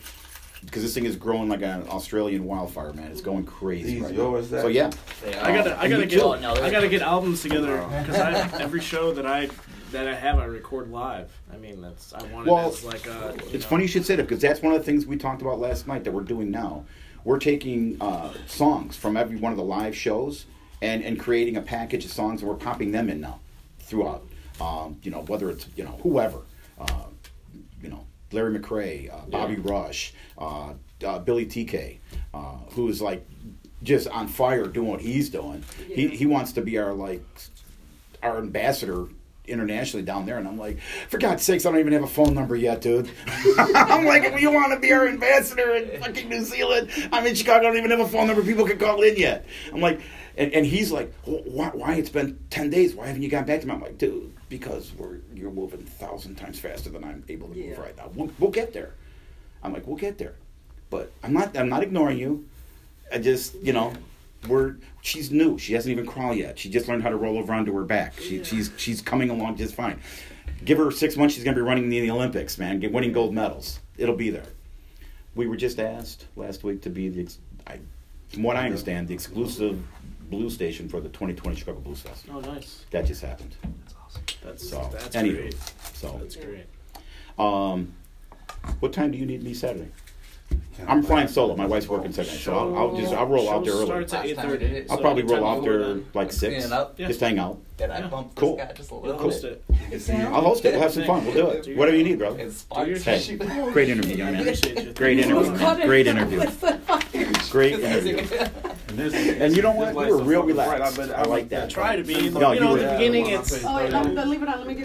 Speaker 1: because this thing is growing like an Australian wildfire, man. It's going crazy
Speaker 5: Easy,
Speaker 1: right
Speaker 5: always
Speaker 1: now.
Speaker 5: that.
Speaker 1: So yeah,
Speaker 4: They
Speaker 2: I
Speaker 4: are.
Speaker 2: gotta, I
Speaker 1: and
Speaker 2: gotta
Speaker 1: you
Speaker 2: get,
Speaker 1: too.
Speaker 4: No, they're-
Speaker 2: I gotta get albums together
Speaker 5: No.
Speaker 2: because I every show that I that I have, I record live. I mean, that's I want
Speaker 1: Well,
Speaker 2: it as like a. you
Speaker 1: It's
Speaker 2: know,
Speaker 1: funny you should say that because that's one of the things we talked about last night that we're doing now. We're taking uh, songs from every one of the live shows and, and creating a package of songs and we're popping them in now throughout. Um, you know, whether it's, you know, whoever, uh, you know, Larry McRae, uh, Bobby Rush, uh, uh, Billy TK, uh, who is like just on fire doing what he's doing. He,
Speaker 3: Yeah.
Speaker 1: he wants to be our like our ambassador internationally down there, and I'm like, for God's sakes, I don't even have a phone number yet, dude. I'm like, if you want to be our ambassador in fucking New Zealand, I'm in Chicago, I don't even have a phone number people can call in yet. I'm like, and, and he's like, "Wh- why, why? It's been 10 days. Why haven't you gotten back to me? I'm like, dude, because we're you're moving a thousand times faster than I'm able to move
Speaker 3: Yeah.
Speaker 1: right now. We'll, we'll get there. I'm like, we'll get there. But I'm not, I'm not ignoring you. I just, you know, we're she's new. She hasn't even crawled yet. She just learned how to roll over onto her back. She,
Speaker 3: Yeah.
Speaker 1: She's she's coming along just fine. Give her six months, she's gonna be running in the Olympics, man, get, winning gold medals. It'll be there. We were just asked last week to be the, ex- I, from what I understand, the exclusive blue station for the 2020 Chicago Blues Fest.
Speaker 2: Oh, nice.
Speaker 1: That just happened.
Speaker 4: That's awesome.
Speaker 2: That's
Speaker 1: So,
Speaker 2: that's
Speaker 1: anywho,
Speaker 2: great.
Speaker 1: so,
Speaker 2: That's great.
Speaker 1: um, what time do you need to be Saturday?
Speaker 5: Kenny
Speaker 1: I'm
Speaker 5: Black.
Speaker 1: flying solo. My wife's working second, so I'll, I'll just I'll roll out there
Speaker 2: Show
Speaker 1: early.
Speaker 2: starts at
Speaker 4: Last time we
Speaker 2: 8:30,
Speaker 4: did it,
Speaker 1: I'll
Speaker 4: so
Speaker 1: probably roll
Speaker 2: anytime
Speaker 1: out
Speaker 2: before
Speaker 1: there
Speaker 2: then,
Speaker 1: like
Speaker 4: Clean
Speaker 1: six.
Speaker 4: it up.
Speaker 2: Yeah.
Speaker 1: Just hang out.
Speaker 4: Then I
Speaker 2: Yeah.
Speaker 4: bumped
Speaker 1: Cool.
Speaker 4: this guy just a
Speaker 2: You'll
Speaker 4: little
Speaker 2: host
Speaker 4: bit.
Speaker 2: it.
Speaker 1: I'll host it. We'll have some fun. We'll do it. Whatever you need, bro.
Speaker 4: It's
Speaker 2: Do your
Speaker 4: sponsored.
Speaker 2: shit.
Speaker 1: Great interview, young man.
Speaker 2: Appreciate you.
Speaker 1: Great
Speaker 2: Thank you.
Speaker 1: interview. Great interview. Great interview.
Speaker 5: And, this,
Speaker 1: And you know what?
Speaker 5: this
Speaker 1: We
Speaker 5: light's
Speaker 1: were
Speaker 5: so
Speaker 1: real
Speaker 5: fucking bright.
Speaker 1: relaxed.
Speaker 5: bet-
Speaker 1: I like
Speaker 5: bet-
Speaker 1: that.
Speaker 2: Try to be.
Speaker 1: No,
Speaker 2: you
Speaker 1: you
Speaker 2: know,
Speaker 1: were-
Speaker 2: at the beginning, it's
Speaker 3: Oh, wait, let me- leave it on. Let me get